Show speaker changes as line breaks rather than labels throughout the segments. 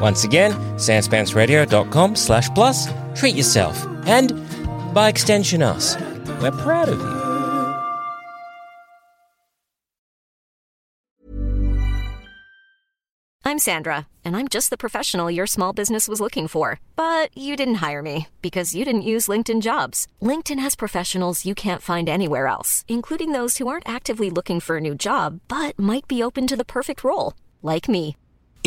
Once again, sanspantsradio.com slash plus, treat yourself, and by extension us. We're proud of you.
I'm Sandra, and I'm just the professional your small business was looking for. But you didn't hire me because you didn't use LinkedIn jobs. LinkedIn has professionals you can't find anywhere else, including those who aren't actively looking for a new job but might be open to the perfect role, like me.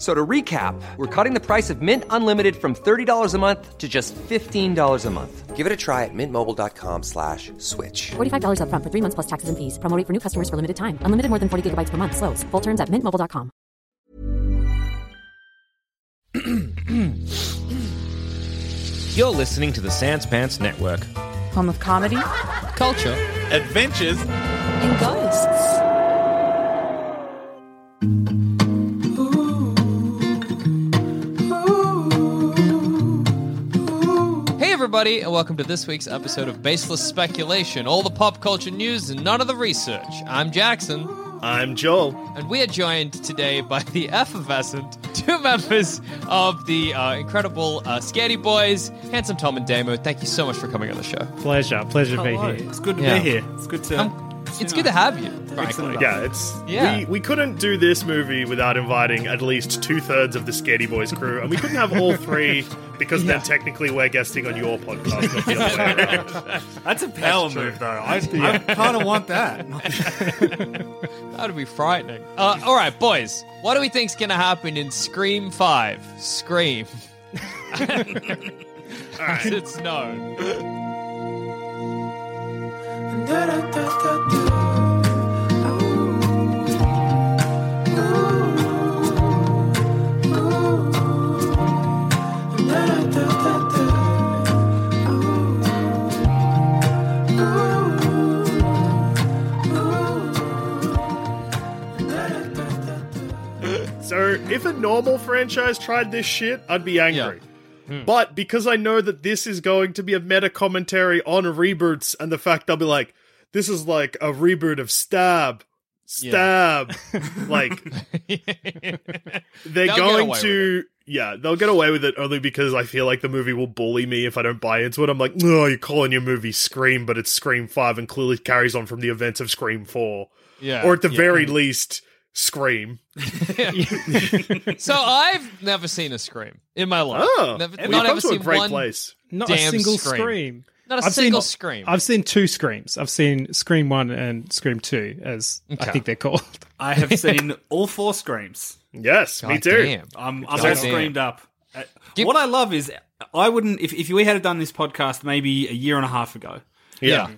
So to recap, we're cutting the price of Mint Unlimited from $30 a month to just $15 a month. Give it a try at mintmobile.com slash switch.
$45 upfront for three months plus taxes and fees. Promo rate for new customers for limited time. Unlimited more than 40 gigabytes per month. Slows. Full terms at mintmobile.com.
You're listening to the Sans Pants Network.
home of comedy
culture, adventures.
and ghosts.
Hey, everybody, and welcome to this week's episode of Baseless Speculation all the pop culture news and none of the research. I'm Jackson,
I'm Joel.
and we are joined today by the effervescent two members of the uh, incredible uh, Scaredy Boys, Handsome Tom and Damo. Thank you so much for coming on the show.
Pleasure, pleasure to be
Hello.
here.
It's good to
Yeah.
be here. It's good to.
Um, it's good to have you, frankly.
Yeah, it's
Yeah.
We, we couldn't do this movie without inviting at least two thirds of the Scaredy Boys crew, and we couldn't have all three because then technically we're guesting on your podcast, not the other way around.
That's a power move, though. I, I kind of want that.
That would be frightening. Uh, all right, boys, what do we think's going to happen in Scream 5? Scream. As it's known.
So if a normal franchise tried this shit, I'd be angry.
Hmm.
But because I know that this is going to be a meta commentary on reboots and the fact they'll be like, this is like a reboot of Stab. Stab. like they're
They'll get
going
away
to yeah they'll get away with it only because i feel like the movie will bully me if i don't buy into it i'm like no you're calling your movie scream but it's scream 5 and clearly carries on from the events of scream 4
Yeah.
or at the
yeah.
very least scream
So I've never seen a Scream in my life.
oh
never,
we've
not
come
ever
to a
seen
great
one.
place
Not
Damn
a single
scream.
scream.
Not a
I've seen-
single scream.
I've seen two screams. I've seen Scream 1 and Scream 2, as
Okay.
I think they're called.
I have seen all four screams.
yes me
God
too
damn.
I'm, I'm
God
all
damn.
screamed up. Uh,
Give-
what I love is I wouldn't if, if we had done this podcast maybe a year and a half ago.
yeah.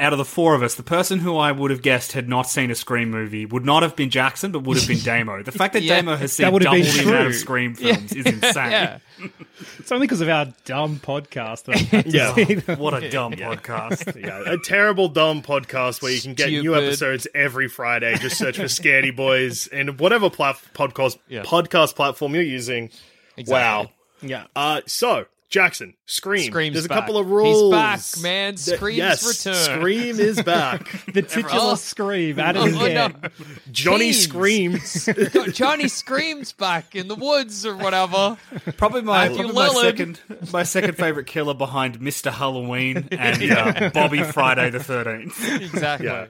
Out of the four of us, the person who I would have guessed had not seen a Scream movie would not have been Jackson, but would have been Damo. The fact that
Yeah.
Damo has
That
seen
would have
double
been
the amount
true.
of Scream films is insane.
Yeah.
It's only because of our dumb podcast that I had to
Yeah.
see them.
What a dumb podcast.
Yeah, a terrible dumb podcast where you can get new
Stupid.
episodes every Friday. Just search for Scaredy Boys and whatever plat- podcast
Yeah.
podcast platform you're using. Wow.
Exactly.
Yeah.
Uh, so Jackson, Scream.
Scream's
There's a
back.
couple of
He's
rules.
back, man.
that-
Scream's
yes,
return.
Scream is back.
The titular
Oh.
scream added
Oh, oh,
again.
no.
Johnny
Teens.
Screams.
Jo- Johnny Scream's back in the woods or whatever.
Probably my,
Matthew
probably my
Lillard.
second my second favorite killer behind Mr. Halloween and uh, Bobby Friday the Thirteenth.
Exactly.
Yeah.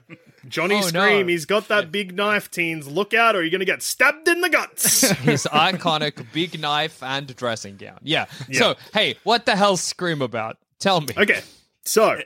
Johnny
Oh, no.
Scream, he's got that big knife, teens. Look out or you're going to get stabbed in the guts.
His iconic big knife and dressing gown. Yeah.
Yeah.
So, hey, what the hell Scream about? Tell me.
okay, so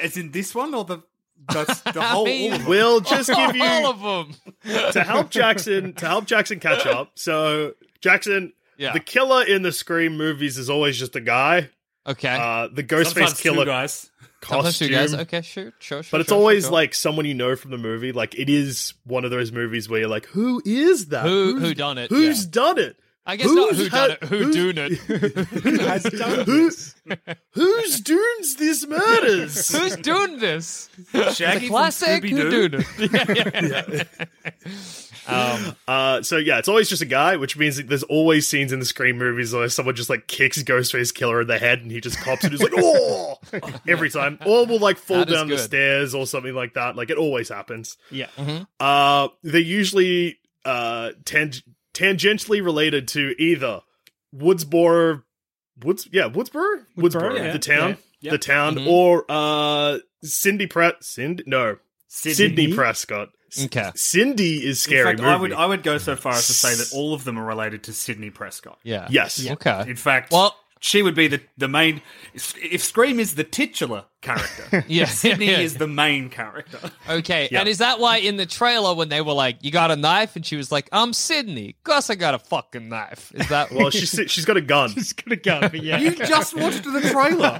As in this one or the that's the whole all of them?
we'll just give you
all of them.
to help Jackson to help Jackson catch up. So Jackson,
Yeah.
the killer in the Scream movies is always just a guy.
Okay.
Uh, the
Sometimes
Ghostface
two
killer
guys.
Sometimes
costume,
you guys. Okay, sure, sure, sure.
but it's
sure,
always
sure.
like someone you know from the movie. Like it is one of those movies where you're like, who is that?
Who-
Who's-
who done it?
Who's
Yeah.
done it?
I guess not
Who's
who done
had-
it, who
who's-
doon it.
Who's who's dooms these murders?
Who's doing this?
Shaggy
the
from
classic who
Scooby-Doo.
doon it. Yeah, yeah.
Uh, so yeah, it's always just a guy, which means that there's always scenes in the Scream movies where someone just like kicks Ghostface Killer in the head, and he just pops and he's like, "Oh!" every time, or will like fall
That is
down the
good.
stairs or something like that. Like it always happens.
Yeah.
Uh, they usually uh tang- tangentially related to either Woodsboro, Woods, yeah, Woodsboro, Woodsboro,
yeah,
the town,
yeah, yeah.
the town,
Mhm.
or uh Cindy Pratt, Cindy, no, Sydney,
In
Prescott. S-
Okay.
Cindy is scary.
fact,
movie.
I would I would go so far as to say that all of them are related to Sydney Prescott.
yeah.
Yes.
Okay.
In fact,
Well-
she would be the the main. If Scream is the titular character,
Yeah.
Sydney
yeah.
is the main character.
Okay, and is that why in the trailer when they were like, "You got a knife," and she was like, "I'm Sydney. Guess I got a fucking knife." Is that
Well, she's she's got a gun.
It's gonna go. But yeah.
You just watched the trailer.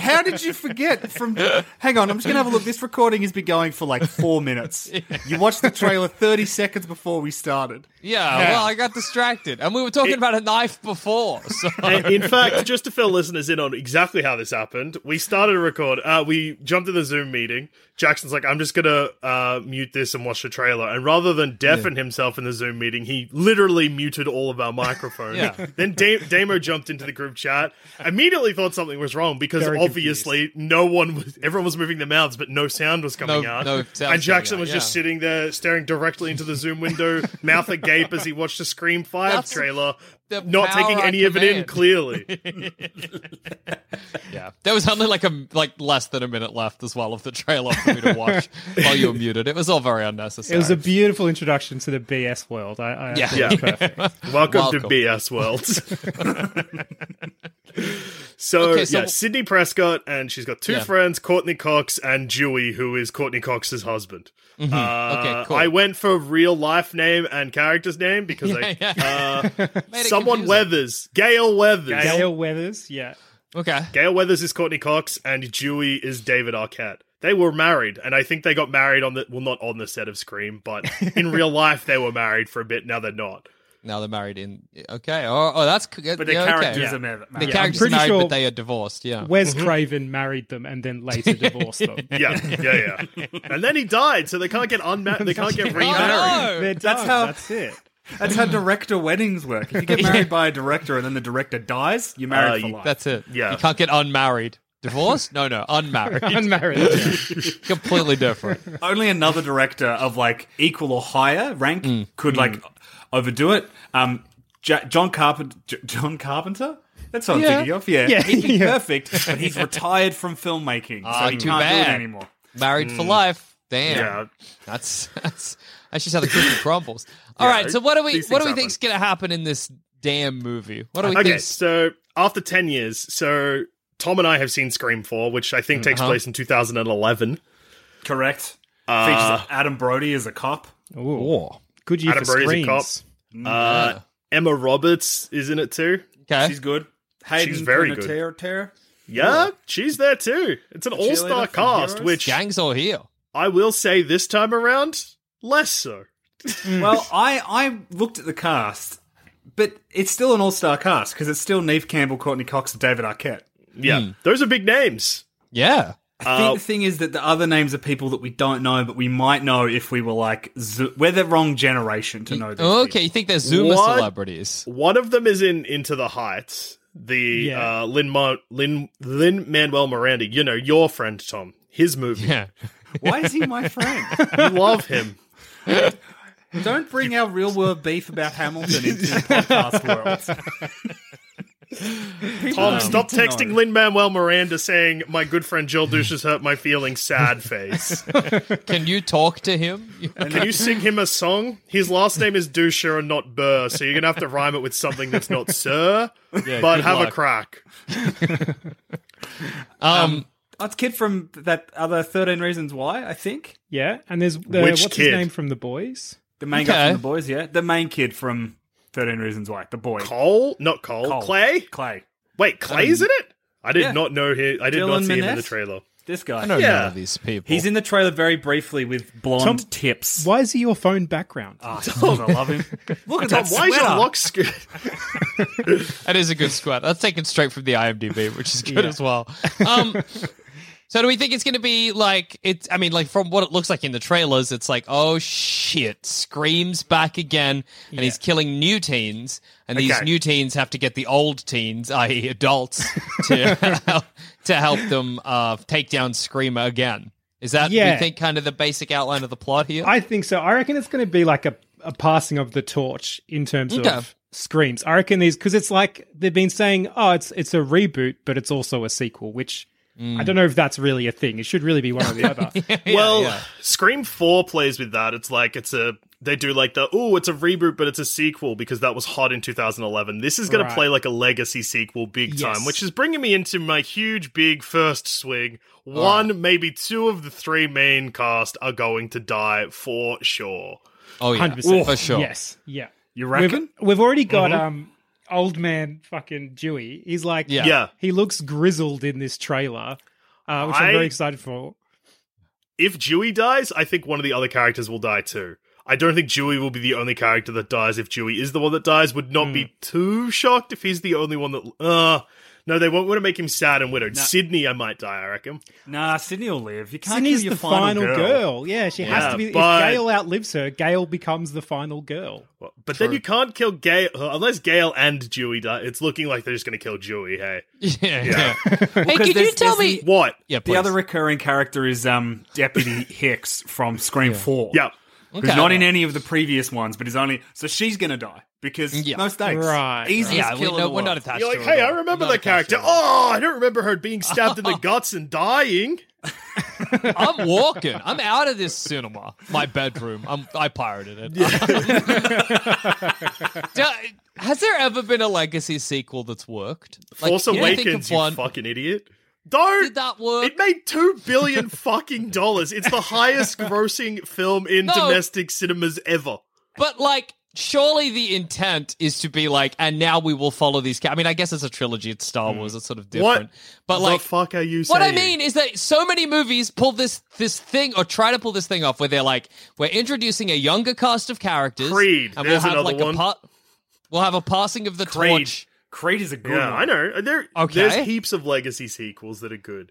How did you forget from? Hang on, I'm just gonna have a look. This recording has been going for like four minutes. You watched the trailer 30 seconds before we started.
yeah, Well, I got distracted, and we were talking about a knife before. So
And in fact, just to fill listeners in on exactly how this happened, we started to record. Uh, we jumped in the Zoom meeting. Jackson's like, "I'm just gonna uh, mute this and watch the trailer." And rather than deafen himself in the Zoom meeting, he literally muted all of our microphones.
Yeah.
Then da- Damo jumped into the group chat. Immediately thought something was wrong because
Very
obviously no one was. Everyone was moving their mouths, but no sound was coming
No-
out.
no sound was
and Jackson
coming out,
was just
yeah.
sitting there, staring directly into the Zoom window, mouth agape as he watched the Scream Five
That's-
trailer
the
not
power
taking
I
any of it in
command.
clearly.
yeah, there was only like a like less than a minute left as well of the trailer for me to watch while you were muted. It was all very unnecessary.
It was a beautiful introduction to the BS world. I, I
Yeah.
yeah.
Yeah. Welcome, to
Welcome.
BS World. so,
Okay, so-
yeah, Sydney Prescott, and she's got two
Yeah.
friends, Courtney Cox and Dewey, who is Courtney Cox's husband. Uh,
Mm-hmm. Okay, cool.
I went for real life name and character's name because I, Uh,
Made it
someone
confusing.
Weathers, Gail Weathers.
Gale Weathers. Yeah.
Okay.
Gail Weathers is Courtney Cox, and Dewey is David Arquette. They were married, and I think they got married on the well, not on the set of Scream, but in real life they were married for a bit. Now they're not.
Now they're married in. Okay. Oh, oh that's. But
But the
yeah,
characters
okay.
are mar-
The
married.
characters are
pretty
married,
sure-
but they are divorced. Yeah.
Wes Craven married them and then later divorced them.
Yeah, yeah, yeah. and then he died, so they can't get unmarried. They can't get
Oh,
remarried.
no!
They're
That's
done.
how-
That's it.
That's how director weddings work. If you get married by a director and then the director dies, you're
Uh,
married for
you-
life.
That's it.
Yeah.
You can't get unmarried. Divorced? No, no, unmarried.
Unmarried.
Completely different.
only another director of like equal or higher rank
Mm.
could like overdo it. Um, Ja- John Carpenter. J- John Carpenter. That's what
Yeah.
I'm thinking of. Yeah,
Yeah.
he'd be
Yeah.
perfect, but he's retired from filmmaking,
Ah,
so he
too
can't do
bad.
it anymore.
Married for life. Damn.
Mm. Yeah.
That's that's that's just how the cookie crumbles. All right. So what do we
these
what do
things
we think's gonna happen in this damn movie? What do we
Okay,
think?
so after ten years, so Tom and I have seen Scream Four, which I think takes
Uh-huh.
place in 2011.
Correct.
Uh,
Features Adam Brody as a cop.
Ooh. Good year
Adam
for
Brody's a
screens.
cop. Uh, Emma Roberts is in it too.
Okay.
She's good. Hayden
She's very good.
Panettiere- Terre?
Yeah, she's there too. It's an all star
cheerleader from
cast,
Heroes?
which
Gang's all here.
I will say this time around, less so.
Mm.
Well, I I looked at the cast, but it's still an all star cast because it's still Neve Campbell, Courtney Cox, and David Arquette.
Yeah,
Hmm.
those are big names.
Yeah.
I
Uh,
think the thing is that the other names are people that we don't know, but we might know if we were like zo- we're the wrong generation to know. These
oh,
Okay, you think they're Zuma
What?
celebrities.
One of them is in Into the Heights. The
Yeah.
uh, Lin Ma- Lin Lin Manuel Miranda, you know your friend Tom, his movie.
Yeah.
people. Why is he my friend?
You love him.
don't bring our real world beef about Hamilton into the podcast world.
Tom, stop texting Lin Manuel Miranda saying, My good friend Joel Douche has hurt my feelings, sad face.
Can you talk to him?
Can you sing him a song? His last name is Doucher and not Burr, so you're going to have to rhyme it with something that's not Sir,
Yeah,
but
good
have a
luck.
crack.
Um, that's kid from that other Thirteen Reasons Why, I think.
Yeah, and there's the,
Which
what's his
kid?
name from The Boys?
The main guy from the boys, yeah, the main kid from Thirteen Reasons Why, the boy.
Cole, not Cole,
Cole.
Clay?
Clay.
Wait, Clay's in it? I did
Yeah.
not know him. I did not
Dylan
see him in the
Minnette?
trailer.
This guy.
I know
Yeah.
none of these people.
He's in the trailer very briefly with blonde
Tom-
tips.
Why is he your phone background?
Ah, Tom, I love him. Look at
Tom,
that
why is your
sweater.
lock scared?
That is a good squad. That's taken straight from the IMDb, which is good
Yeah.
as well. Um, so do we think it's going to be like it's? I mean, like from what it looks like in the trailers, it's like oh shit, screams back again, and he's killing new teens, and these
Okay.
new teens have to get the old teens, i.e., adults, to to help them uh, take down Screamer again. Is that do
Yeah.
you think kind of the basic outline of the plot here?
I think so. I reckon it's going to be like a, a passing of the torch in terms
Okay.
of screams. I reckon these because it's like they've been saying, oh, it's it's a reboot, but it's also a sequel, which I don't know if that's really a thing. It should really be one or the other.
well, Scream 4 plays with that. It's like, it's a. They do like the, oh, it's a reboot, but it's a sequel because that was hot in 2011. This is going to
Right.
play like a legacy sequel big time,
Yes.
which is bringing me into my huge, big first swing. One, maybe two of the three main cast are going to die for sure.
oh yeah,
100%.
for sure.
Yes. Yeah.
You
We've,
reckon?
we've already got
Mm-hmm.
um old man fucking Dewey. He's like
Yeah.
Yeah.
he looks grizzled in this trailer, uh, which
I-
I'm very excited for.
if Dewey dies, I think one of the other characters will die too. I don't think Dewey will be the only character that dies. If Dewey is the one that dies, would not be too shocked if he's the only one that. Uh, no, they won't want to make him sad and widowed. Sydney, I might die. I reckon.
Nah, Sydney will live. You can't
Sydney's
kill your
the final, girl.
girl.
Yeah, she
Yeah,
has to be.
but-
If Gail outlives her, Gail becomes the final girl.
Well, But then you can't kill Gale uh, unless Gale and Dewey die. It's looking like they're just going to kill Dewey. Hey,
Yeah. yeah. hey,
Because
could you
there's-
tell
there's
me?
the-
what?
yeah,
The
please.
other recurring character is um, Deputy Hicks from Scream Four.
Yeah.
Okay.
Who's not in any of the previous ones, but is only so she's gonna die because
Yeah.
no stakes,
Right,
Easiest
Yeah, we
kill in
know,
the
we're
world.
not attached.
You're
to
like,
her at
hey, I
all.
remember
Not
that
attached to
character.
her at all.
Oh, I don't remember her being stabbed in the guts and dying.
I'm walking. I'm out of this cinema. My bedroom. I'm, I pirated it. Do- Has there ever been a legacy sequel that's worked? Like,
Force
can you think
Awakens,
of
you
one-
fucking idiot. Don't.
Did that work?
It made two billion fucking dollars. It's the highest grossing film in
No.
domestic cinemas ever.
But like, surely the intent is to be like, and now we will follow these. Ca- I mean, I guess it's a trilogy. It's Star Wars. It's sort of different.
Hmm. What?
But like,
the fuck are you
What
saying?
I mean is that so many movies pull this this thing or try to pull this thing off where they're like, we're introducing a younger cast of characters.
Creed,
and
there's
we'll have
another
like
one.
a part. We'll have a passing of the
Creed.
torch.
Creed is a good
yeah,
one.
I know. There,
Okay.
there's heaps of legacy sequels that are good.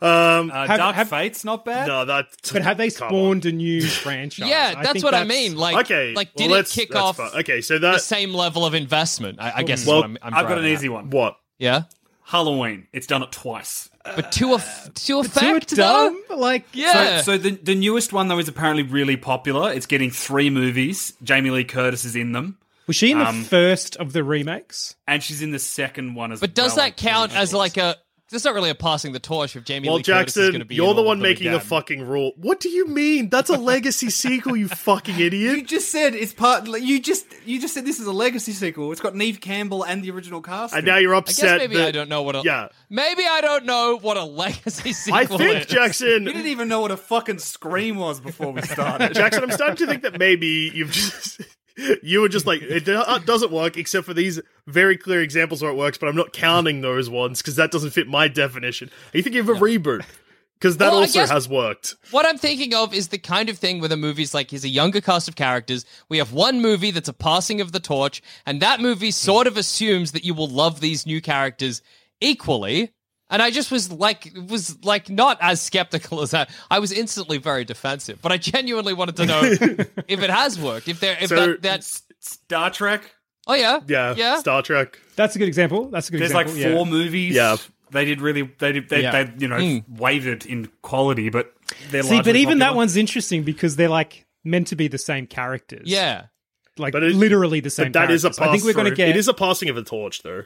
Um,
Uh,
Have-
Dark
have-
Fate's not bad.
no, that.
But have they
come on.
spawned a new franchise?
Yeah,
I
that's
think
what I mean. Like,
okay,
like
well,
did it
let's-
kick
that's
off
fine. Okay, so
the
that
same level of investment? I, I guess
Well,
is what I'm. I'm
I've got
driving
an
at.
easy one.
what?
Yeah,
Halloween. It's done it twice.
but to a to a
Too
fact though.
dumb. Like,
Yeah.
So, so the the newest one though is apparently really popular. It's getting three movies. Jamie Lee Curtis is in them,
was she in the
Um,
first of the remakes?
and she's in the second one as
but does
well,
that count
I
as
believe.
like a? That's not really a passing the torch if Jamie
Well,
Lee Curtis is going
Jackson,
to be. in
you're the
all
one
of them
making the
again.
fucking rule. What do you mean? That's a legacy sequel, you fucking
You
idiot.
just said it's part. You just you just said this is a legacy sequel. It's got Neve Campbell and the original cast.
And now you're
I guess
upset.
maybe
that,
I don't know what a
Yeah.
maybe I don't know what a legacy sequel
I think
is.
Jackson.
you didn't even know what a fucking scream was before we started.
Jackson, I'm starting to think that maybe you've just. You were just like, it do- uh, doesn't work except for these very clear examples where it works, but I'm not counting those ones because that doesn't fit my definition. Are you thinking of a reboot? Because that
Well, I
also
guess-
has worked.
What I'm thinking of is the kind of thing where the movie's like here's a younger cast of characters. We have one movie that's a passing of the torch, and that movie sort of assumes that you will love these new characters equally. And I just was like, was like not as skeptical as that. I was instantly very defensive, but I genuinely wanted to know if it has worked. If there, if
So-
that, that,
Star Trek.
oh yeah,
Yeah,
yeah,
Star Trek.
That's a good example. That's a good
There's like
example. yeah.
four movies.
Yeah.
They did really. They did. They,
Yeah. Hmm.
they you know wavered in quality, but they're
See, but
largely
even that
popular.
one's interesting because they're like meant to be the same characters.
yeah.
like
But it-
literally the same.
But that is a
characters.
pass
I think we're going to
through.
get.
It is a passing of the torch, though.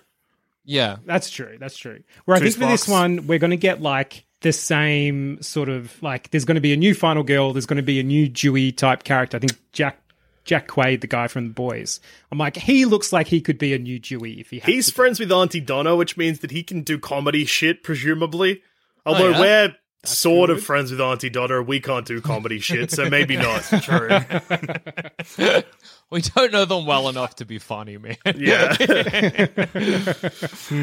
Yeah.
That's true. That's true. Where I
Juice
think for this
box.
one, we're going to get like the same sort of like there's going to be a new final girl. There's going to be a new Dewey type character. I think Jack Jack Quaid, the guy from The Boys. I'm like, he looks like he could be a new Dewey if he had.
He's friends with Auntie Donna, which means that he can do comedy shit, presumably. Although
Oh, yeah?
we're sort of friends with Auntie Donna, we can't do comedy shit, so maybe not. True.
We don't know them well enough to be funny, man.
Yeah.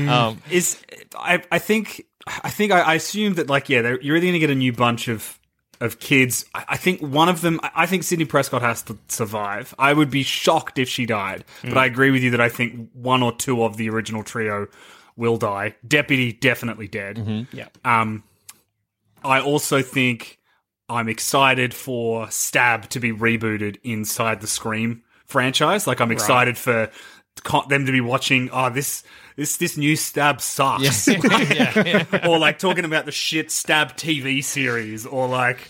um,
is I I think I think I, I assume that like yeah they're- you're either going to get a new bunch of of kids. I, I think one of them. I- I think Sydney Prescott has to survive. I would be shocked if she died, but I agree with you that I think one or two of the original trio will die. Deputy definitely dead.
Yeah.
Um, I also think I'm excited for Stab to be rebooted inside the Scream franchise. Like I'm excited for co- them to be watching. Oh, this this this new Stab sucks, or like talking about the shit Stab TV series, or like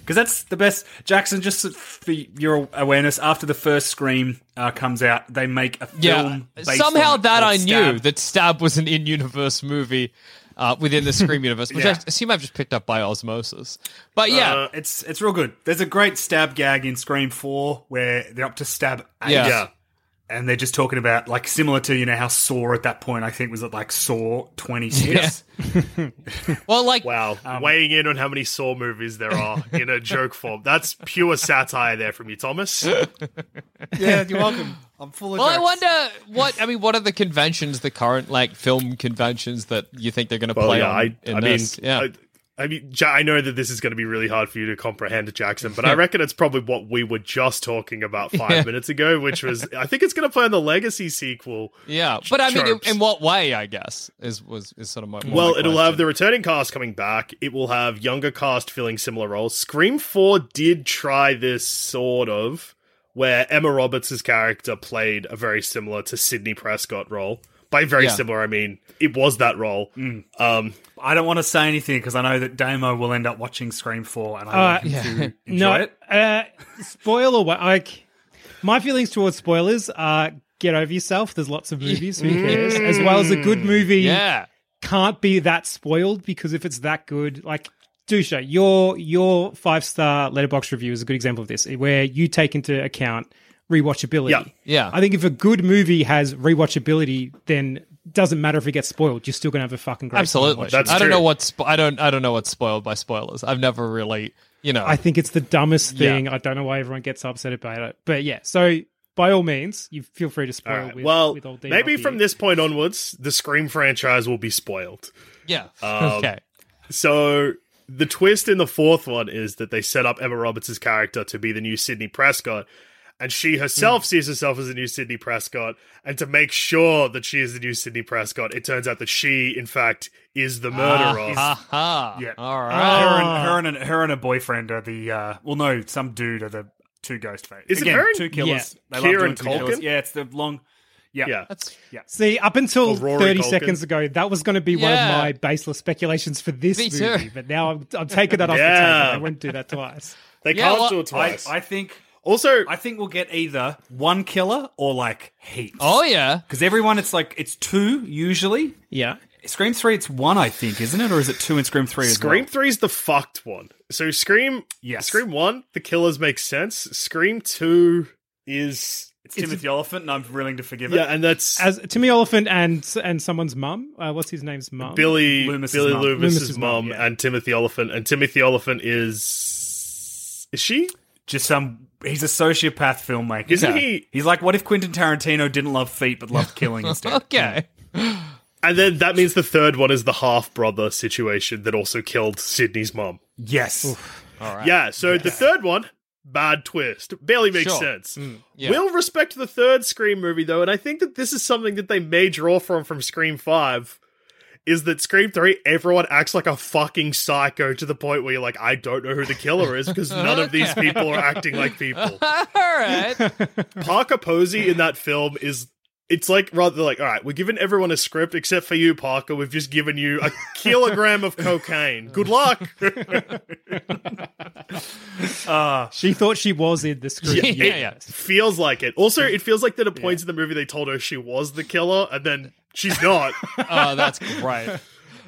because that's the best. Jackson, just for your awareness, after the first Scream uh, comes out, they make a film.
yeah.
based
Somehow
on it
that
called
I knew
Stab.
that Stab was an in-universe movie uh, within the Scream universe, which I
Yeah.
assume I've just picked up by osmosis. But yeah,
Uh, it's it's real good. There's a great stab gag in Scream Four where they're up to stab eight,
Yeah.
Yeah.
and they're just talking about like similar to you know how Saw at that point I think was at like Saw twenty six.
well, like
Wow. Weighing in on how many Saw movies there are in a joke form. That's pure satire there from you, Thomas.
Yeah. you're welcome. I'm full of.
Well, I wonder what I mean. What are the conventions, the current like film conventions that you think they're going to play on? in this? yeah,
I, I mean, Ja- I know that this is going to be really hard for you to comprehend, Jackson, but I reckon it's probably what we were just talking about five minutes ago, which was I think it's going to play on the Legacy sequel.
yeah. But I mean, in,
Chirps.
in what way? I guess is was is sort of my more
well,
my
it'll have
question.
the returning cast coming back. It will have younger cast filling similar roles. Scream Four did try this sort of, where Emma Roberts' character played a very similar to Sydney Prescott role. By very
Yeah. Mm-hmm.
similar, I mean it was that role. Um,
I don't want to say anything because I know that Damo will end up watching Scream Four, and I
Uh,
want him to enjoy
no,
it.
Uh, spoiler. wa- Like my feelings towards spoilers are get over yourself. There's lots of movies. Who cares? As well as a good movie.
Mm. yeah.
can't be that spoiled because if it's that good, like Dusha, your your five star letterbox review is a good example of this, where you take into account rewatchability.
Yeah,
yeah.
I think if a good movie has rewatchability, then doesn't matter if it gets spoiled. You're still gonna have a fucking great. time
Absolutely.
watching it.
That's
I don't
true.
know what's spo- I don't I don't know what's spoiled by spoilers. I've never really you know.
I think it's the dumbest thing. I don't know why everyone gets upset about it, but yeah. So by all means, you feel free to spoil.
all right.
With,
well,
with old
maybe
DLP.
from this point onwards, the Scream franchise will be spoiled.
yeah. okay.
So the twist in the fourth one is that they set up Emma Roberts' character to be the new Sydney Prescott, and she herself
Hmm.
sees herself as the new Sydney Prescott. And to make sure that she is the new Sydney Prescott, it turns out that she, in fact, is the murderer.
Ah,
Ha ha.
Yeah.
All
Her
right.
and her and her and her boyfriend are the uh, well, no, some dude are the two ghost fates.
Is it
Again,
her and-
two killers?
Yeah.
They love
Kieran
doing two killers.
Culkin?
Yeah, it's the long. Yeah,
yeah.
That's
See, up until
Or Rory
30
Culkin.
seconds ago, that was going to be
Yeah.
one of my baseless speculations for this
Me too.
movie, but now I'm, I'm taking that off the
Yeah.
table. I wouldn't do that twice.
They
Yeah,
can't
well,
do it
I,
twice.
I think
also,
I think we'll get either one killer or like heaps.
Oh yeah.
because everyone it's like it's two usually.
Yeah.
Scream three, it's one, I think, isn't it, or is it two in Scream three? as well?
Scream Three is the fucked one. So Scream,
Yes.
Scream One, the killers make sense. Scream Two is
It's Timothy Oliphant, and I'm willing to forgive
yeah,
it.
and that's
As Timmy Oliphant and and someone's mum, uh, what's his name's mum?
Billy
Loomis's
Billy
mum.
Loomis's
Loomis's
mum
mum, yeah.
and Timothy Oliphant, and Timothy Oliphant is is she?
Just some. He's a sociopath filmmaker.
Isn't he-
He's like, what if Quentin Tarantino didn't love feet but loved killing instead?
Okay.
And then that means the third one is the half brother situation that also killed Sydney's mum.
Yes.
Yeah, so the third one, bad twist, barely makes
Sure.
sense.
yeah.
We'll respect the third Scream movie though, and I think that this is something that they may draw from from Scream Five. Is that Scream 3? Everyone acts like a fucking psycho to the point where you're like, I don't know who the killer is because none of these people are acting like people.
All right.
Parker Posey in that film is it's like rather like, all right, we're giving everyone a script except for you, Parker. We've just given you a kilogram of cocaine. Good luck.
Uh, she thought she was in the script.
Yeah, it feels like it. Also, it feels like that at points in the movie they told her she was the killer, and then she's not.
oh, that's great.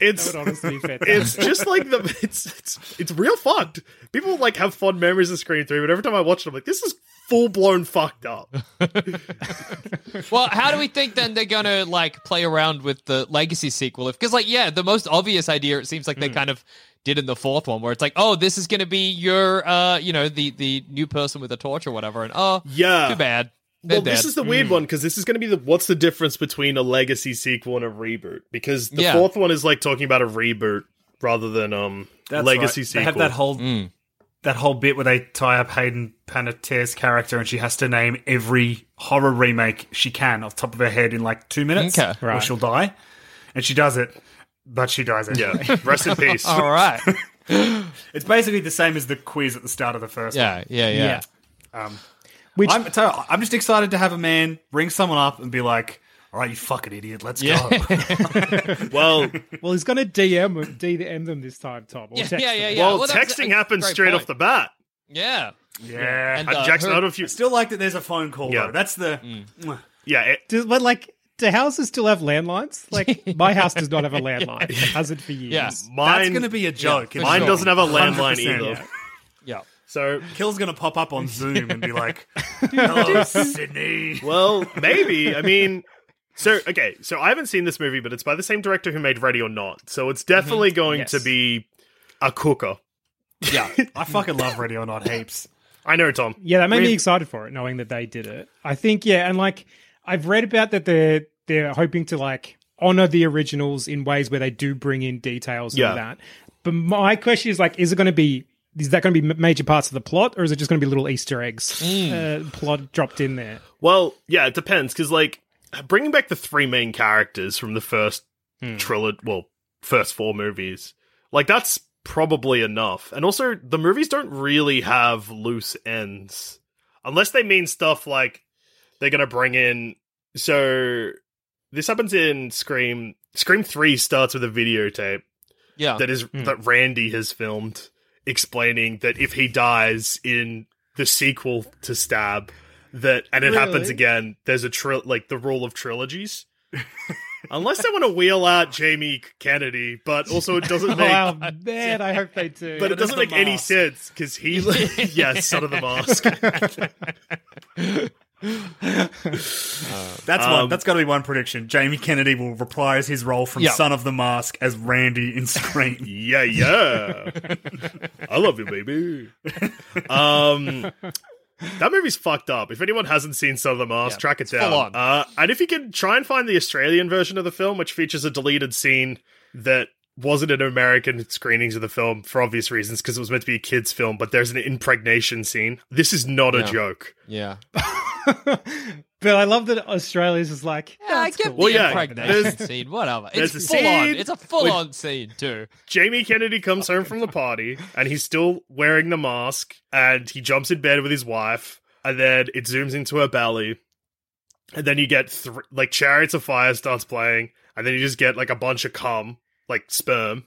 It's
That would honestly be fantastic.
it's just like the it's it's it's real fucked. People like have fond memories of Screen Three, but every time I watch it, I'm like, this is full blown fucked up.
Well, how do we think then they're gonna like play around with the legacy sequel? If because like yeah, the most obvious idea it seems like
Hmm.
they kind of did in the fourth one, where it's like, oh, this is gonna be your uh, you know, the the new person with a torch or whatever, and oh,
Yeah.
too bad. They're
Well, this
dead. Mm.
is the weird one because this is going to be the what's the difference between a legacy sequel and a reboot? Because the
Yeah.
fourth one is like talking about a reboot rather than um
That's
legacy
right.
sequel.
They have that whole that whole bit where they tie up Hayden Panettiere's character, and she has to name every horror remake she can off the top of her head in like two minutes,
Okay.
or
Right.
she'll die. And she does it, but she dies anyway.
yeah, rest in peace.
All right.
It's basically the same as the quiz at the start of the first.
Yeah, yeah, yeah.
Yeah.
Which I'm, I tell you, I'm just excited to have a man ring someone up and be like, "All right, you fucking idiot, let's
Yeah.
go."
Well,
Well, he's going to DM DM them this time, Tom. Or
Yeah,
text
yeah,
them.
yeah, yeah.
well,
Well, that's-
texting
that's a
happens
great
straight
point.
off the bat.
Yeah.
yeah.
And,
I
uh,
Jackson,
her-
I don't know if you.
still like that. There's a phone call.
Yeah.
though. that's the.
Yeah, it,
Does, but like, do houses still have landlines? Like, my house does not have a landline. It hasn't for years.
Yeah.
That's
mine.
going to be a joke.
for
It's
mine
sure.
not-
doesn't have a landline
100%,
either.
yeah.
Yeah.
So,
Kill's going to pop up on Zoom and be like, "Hello, Sydney."
well, maybe. I mean, so okay. So I haven't seen this movie, but it's by the same director who made Ready or Not. So
Mm-hmm.
it's definitely going to
Yes.
be a cooker.
Yeah.
I fucking love Ready or Not heaps.
I know, Tom.
Yeah, that made me excited for it, knowing that they did it. I think, yeah, and like I've read about that they're they're hoping to like honor the originals in ways where they do bring in details
Yeah.
and that. But my question is like, is it going to be is that going to be m- major parts of the plot, or is it just going to be little Easter eggs
Hmm.
uh, plot dropped in there?
Well, yeah, it depends because like bringing back the three main characters from the first trilogy, well, first four movies, like that's probably enough. And also, the movies don't really have loose ends unless they mean stuff like they're gonna bring in. So this happens in Scream. Scream Three starts with a videotape
Yeah.
that is
Hmm.
that Randy has filmed explaining that if he dies in the sequel to Stab that and it happens
Really?
again there's a tri- like the rule of trilogies unless they want to wheel out Jamie Kennedy but also it doesn't make
Oh man, I hope they do.
but it doesn't make any sense cuz he yes son of the mask
That's
Um,
one. That's got to be one prediction. Jamie Kennedy will reprise his role from
Yeah.
Son of the Mask as Randy in Scream.
yeah yeah I love you baby um that movie's fucked up. If anyone hasn't seen Son of the Mask,
Yeah,
track it
it's full on.
down. Uh, and if you can try and find the Australian version of the film, which features a deleted scene that wasn't in American screenings of the film for obvious reasons, because it was meant to be a kids' film, but there's an impregnation scene. This is not a joke.
yeah.
But I love that Australia's is like,
Yeah, I
"That's
get
cool."
the
Well, yeah,
impregnation
there's-
scene, whatever.
there's
It's
a
full on.
scene
It's a full on scene too.
Jamie Kennedy comes home from the party, and he's still wearing the mask, and he jumps in bed with his wife, and then it zooms into her belly, and then you get thr like chariots of fire starts playing, and then you just get like a bunch of cum, like sperm,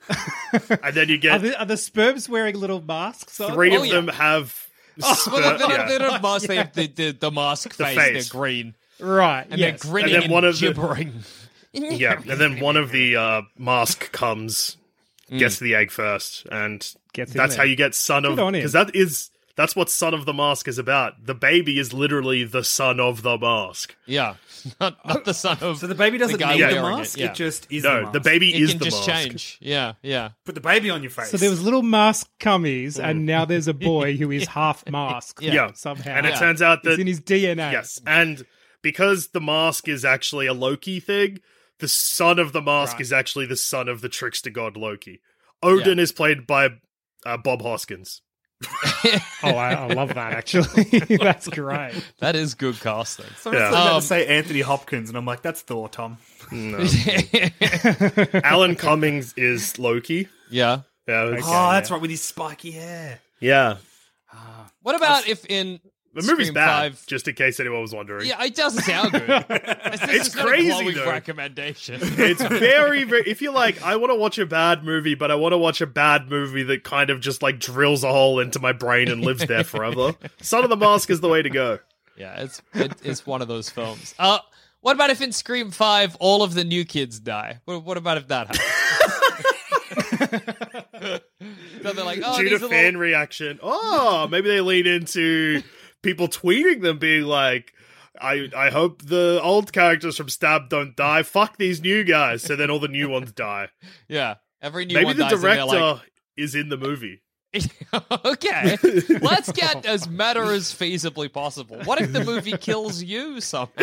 and then you
Are
get
the, are the sperms wearing little masks? on?
three
Oh,
of
yeah. Oh,
them have. sper-
Well, they,
yeah.
don't, they don't mask. They have the, the, the mask face.
face.
They're green.
Right.
And
yes.
they're grinning
And
and,
then one of the-
gibbering.
Yeah, and then one of the uh, mask comes, gets to the egg first, and
Gets in
that's
there.
how you get son of
Good on him.
because that is that's what son of the mask is about. The baby is literally the son of the mask.
Yeah, not, not the son of.
So the baby doesn't
guy
need the
wearing
mask. It,
It, yeah.
just is. the,
No,
mask.
the baby
It
is
can
the
just
mask.
change. Yeah, yeah.
Put the baby on your face.
So there was little mask cummies, and now there's a boy who is half masked.
Mm. Yeah.
somehow.
And it turns out
it's
that
in his DNA.
yes, and because the mask is actually a Loki thing, the son of the mask is actually the son of the trickster god Loki. Odin is played by uh, Bob Hoskins.
Oh, I, I love that. Actually, that's great.
That is good casting.
So
Yeah. Oh,
yeah. I was about
Um,
to say Anthony Hopkins, and I'm like, that's Thor, Tom.
Alan Cummings is Loki.
yeah.
Yeah,
oh, that's right, with his spiky hair.
yeah.
What about if in
The movie's
Scream
bad,
five.
Uh, just in case anyone was wondering.
Yeah, it doesn't sound good. This
It's
is not a
crazy,
glowing
though.
recommendation.
it's very, very. If you're like, I want to watch a bad movie, but I want to watch a bad movie that kind of just like drills a hole into my brain and lives there forever. Son of the Mask is the way to go.
yeah, it's it, it's one of those films. Uh, what about if in Scream Five all of the new kids die? What, what about if that happens? so they're like, oh,
Due to
these are
fan
little-
reaction, oh, maybe they lean into people tweeting them being like, I, I hope the old characters from Stab don't die. Fuck these new guys. So then all the new ones die.
yeah, every new
maybe
one
the
dies and they're
director
like,
is in the movie.
okay, let's get as meta as feasibly possible. What if the movie kills you somehow?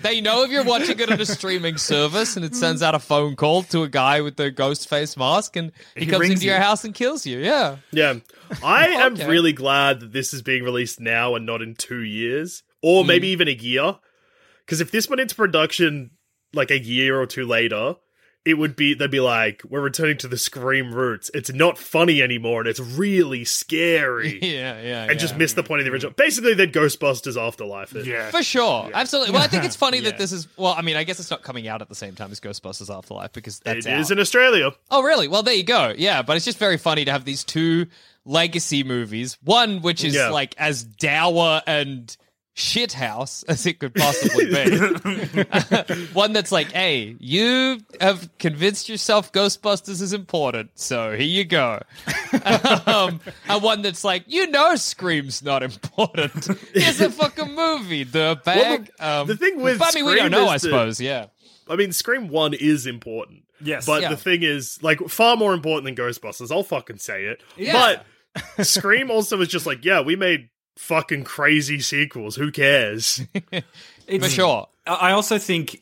they know if you're watching it on a streaming service and it sends out a phone call to a guy with the ghost face mask and he,
He
comes
rings
into your
you.
house and kills you. Yeah.
Yeah. I am
Okay.
really glad that this is being released now and not in two years
Mm-hmm.
or maybe even a year. Because if this went into production like a year or two later, it would be, they'd be like, we're returning to the Scream roots. It's not funny anymore and it's really scary.
Yeah, yeah.
And just
yeah.
miss the point of the original. Basically, they'd Ghostbusters Afterlife. It.
Yeah.
For sure. Absolutely. Well, I think it's funny
Yeah.
that this is, well, I mean, I guess it's not coming out at the same time as Ghostbusters Afterlife because that's
It
out.
is in Australia.
Oh, really? Well, there you go. Yeah, but it's just very funny to have these two legacy movies. One which is
Yeah.
like as dour and shithouse as it could possibly be. One that's like, hey, you have convinced yourself Ghostbusters is important, so here you go. um, and one that's like, you know, Scream's not important. It's a fucking movie, dirtbag.
Well,
bag. um,
the- the thing with
but, I mean, we don't
Scream
know,
is
I
that-
suppose. Yeah.
I mean, Scream 1 is important.
Yes.
But
Yeah.
the thing is, like, far more important than Ghostbusters. I'll fucking say it.
Yeah.
But Scream also is just like, yeah, we made fucking crazy sequels. Who cares?
For sure.
I I also think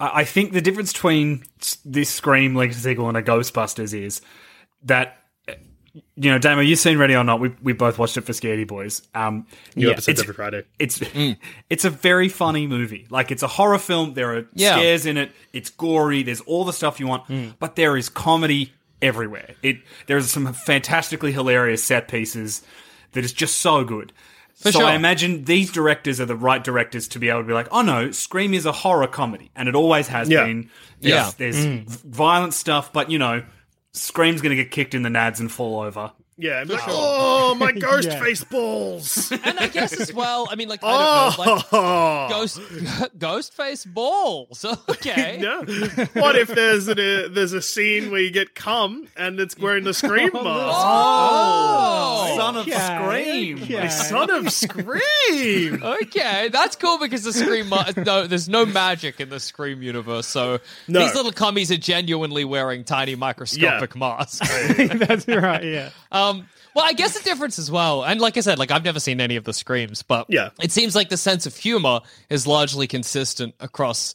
I I think the difference between s- this Scream legacy sequel and a Ghostbusters is that uh, you know, Damo, you've seen Ready or Not. We we both watched it for Scaredy Boys. Um,
New
yeah,
episodes
it's-
every Friday.
It's
Mm.
it's a very funny movie. Like it's a horror film. There are
Yeah. Mm.
scares in it. It's gory. There's all the stuff you want, but there is comedy everywhere. It there's some fantastically hilarious set pieces that is just so good. so
sure.
I imagine these directors are the right directors to be able to be like, oh no, Scream is a horror comedy, and it always has
Yeah.
been. There's,
Yeah. Mm.
there's v- violent stuff, but you know, Scream's going to get kicked in the nads and fall over.
Yeah. and be like, oh, my ghost face balls.
And I guess as well, I mean, like, I don't know, like,
Oh.
ghost Ghostface balls. Okay.
No. What if there's a, there's a scene where you get cum and it's wearing the Scream mask?
Oh.
Son of
Okay,
Scream!
okay.
Son of Scream!
Okay, that's cool because the scream. ma- no, there's no magic in the scream universe, so
No.
these little cummies are genuinely wearing tiny microscopic masks.
That's right. Yeah.
Um, well, I guess the difference as well, and like I said, like I've never seen any of the screams, but
Yeah.
it seems like the sense of humor is largely consistent across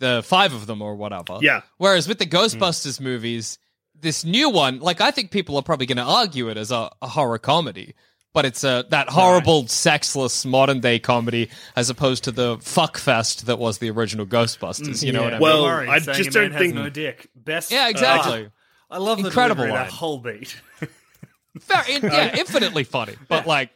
the five of them or whatever.
Yeah. Hmm.
Whereas with the Ghostbusters movies, this new one, like I think people are probably going to argue it as a, a horror comedy, but it's a that horrible, sexless modern day comedy as opposed to the fuckfest that was the original Ghostbusters. You know what I mean?
Mm, Well, uh,
Don't worry,
I
saying
just
a man
don't
has
think-
no dick. Best.
Yeah, exactly.
I love the
Incredible
incredible
line.
that whole beat.
Fair, in, yeah, infinitely funny, but like.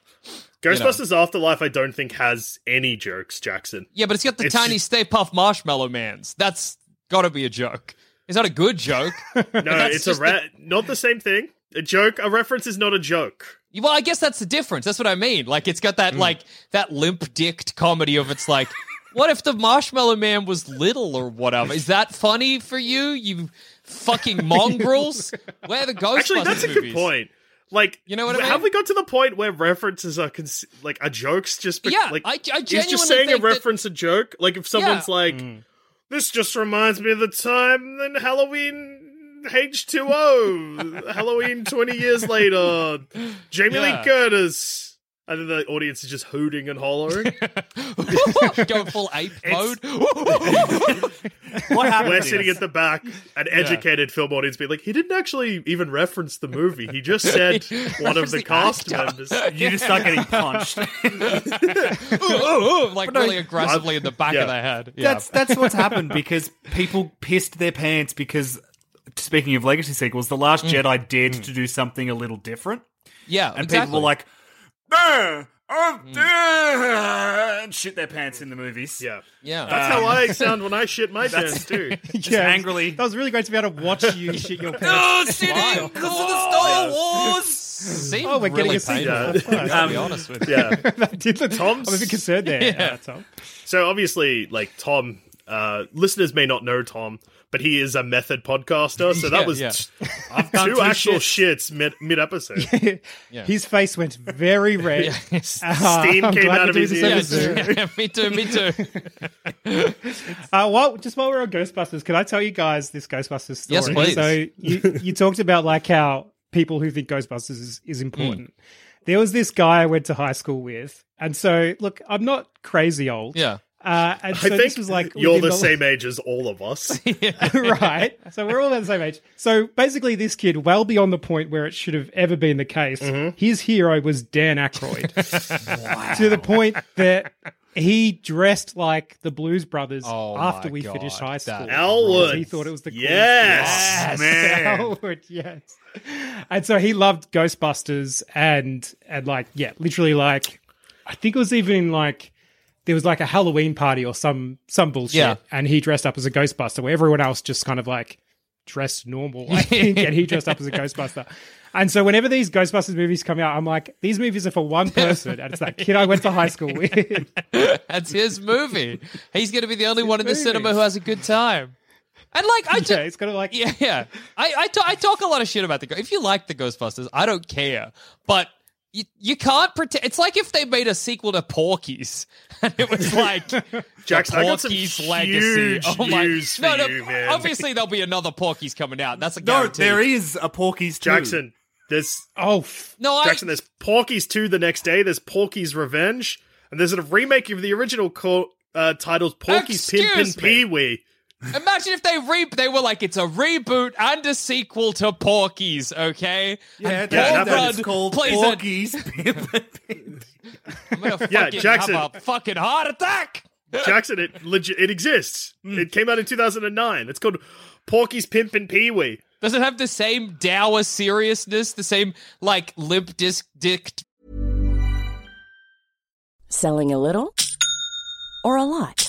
Ghostbusters Afterlife, I don't think, has any jokes, Jackson.
Yeah, but it's got the
It's
tiny
just-
Stay Puff Marshmallow Mans. That's got to be a joke. It's not a good joke.
No,
that's
it's a
just
re- not the same thing. A joke, a reference is not a joke.
well, I guess that's the difference. That's what I mean. Like, it's got
Hmm.
that like that limp-dicked comedy of it's like, what if the Marshmallow Man was little or whatever? Is that funny for you? You fucking mongrels. Where are the Ghostbusters
Actually, that's a good
movies?
point. Like,
You know what I
have
mean?
we got to the point where references are cons- like are jokes just? Be-
Yeah,
like,
I- I
is
genuinely
just saying
think
a
that-
reference a joke. Like, if someone's
Yeah.
like, "This just reminds me of the time in Halloween H two O, Halloween twenty years later, Jamie
Yeah.
Lee Curtis," and then the audience is just hooting and hollering.
Go full ape mode.
What happened?
We're
is-
sitting at the back, an educated film audience, being like, "He didn't actually even reference the movie. He just said one
referenced
of the
the
cast
actor."
members."
You just start getting punched.
like really aggressively in the back
Yeah.
of their head. Yeah.
That's that's what's happened because people pissed their pants because.
Mm.
Mm.
Speaking of legacy sequels, The Last Jedi dared to do something a little different,
yeah.
and
exactly. Mm.
people were like, "Bah, I'm dead," and shit their pants in the movies. Yeah,
yeah.
That's how I sound when I shit my pants too.
Just angrily.
That was really great to be able to watch you shit your pants.
No,
Smile.
shitting because of the Star Wars.
Seemed
Oh, we're
really
getting a Um,
painful.
sequel.
I'll be honest with you.
Yeah.
that did look.
Tom's-
I'm a bit concerned there, uh, Tom.
So obviously, like Tom, uh, listeners may not know Tom, but he is a method podcaster. So
Yeah,
that was
yeah.
t-
I've done
two actual
shits.
shits mid mid episode.
His face went very red. Ah,
Steam
I'm
came
glad
out
you're
of
doing
his
this episode.
ears.
Yeah, yeah, me too, me too.
Uh, well, just while we're on Ghostbusters, can I tell you guys this Ghostbusters story?
Yes, please.
So you, you talked about like how people who think Ghostbusters is, is important.
Hmm.
There was this guy I went to high school with, and so look, I'm not crazy old.
Yeah.
Uh, and so
I think
this was like
you're
within
the same age as all of us.
right? So we're all about the same age. So basically, this kid, well beyond the point where it should have ever been the case,
Mm-hmm.
his hero was Dan Aykroyd. To the point that he dressed like the Blues Brothers
Oh
after
my
we
God,
finished high school.
that-
Alwood.
He thought it was the coolest
yes.
Man.
Howard, yes. And so he loved Ghostbusters and and like yeah, literally like I think it was even in like there was like a Halloween party or some some bullshit,
Yeah.
and he dressed up as a Ghostbuster where everyone else just kind of like dressed normal, I think, and he dressed up as a Ghostbuster. And so whenever these Ghostbusters movies come out, I'm like, these movies are for one person, and it's that kid I went to high school with.
That's his movie. He's going to be the only one in the
movie.
cinema who has a good time. And like I
yeah,
just
it's kind of like
yeah, yeah. I I ta- I talk a lot of shit about the. Go- If you like the Ghostbusters, I don't care. But you, you can't pretend. It's like if they made a sequel to Porky's, and it was like
Jackson, I got some
Porky's
huge
Legacy. Oh my!
news for
no, no.
you, man.
Obviously, there'll be another Porky's coming out. That's a
No,
guarantee.
there is a Porky's too.
Jackson, there's
oh, f-
No, I,
Jackson. There's Porky's two the next day. There's Porky's Revenge, and there's a remake of the original co- uh, titled Porky's Pin
Excuse
Pin
me.
Pee Wee.
Imagine if they re- they were like it's a reboot and a sequel to Porky's, okay?
Yeah,
and
that,
Paul
that one is
Rudd
called
plays a-
Porky's. Pimp-
I'm gonna fucking
Yeah, Jackson.
have a fucking heart attack.
Jackson, it legit it exists.
Hmm.
It came out in 2009. It's called Porky's Pimp and Pee Wee.
Does it have the same dour seriousness, the same like limp disc dick
Selling a little or a lot?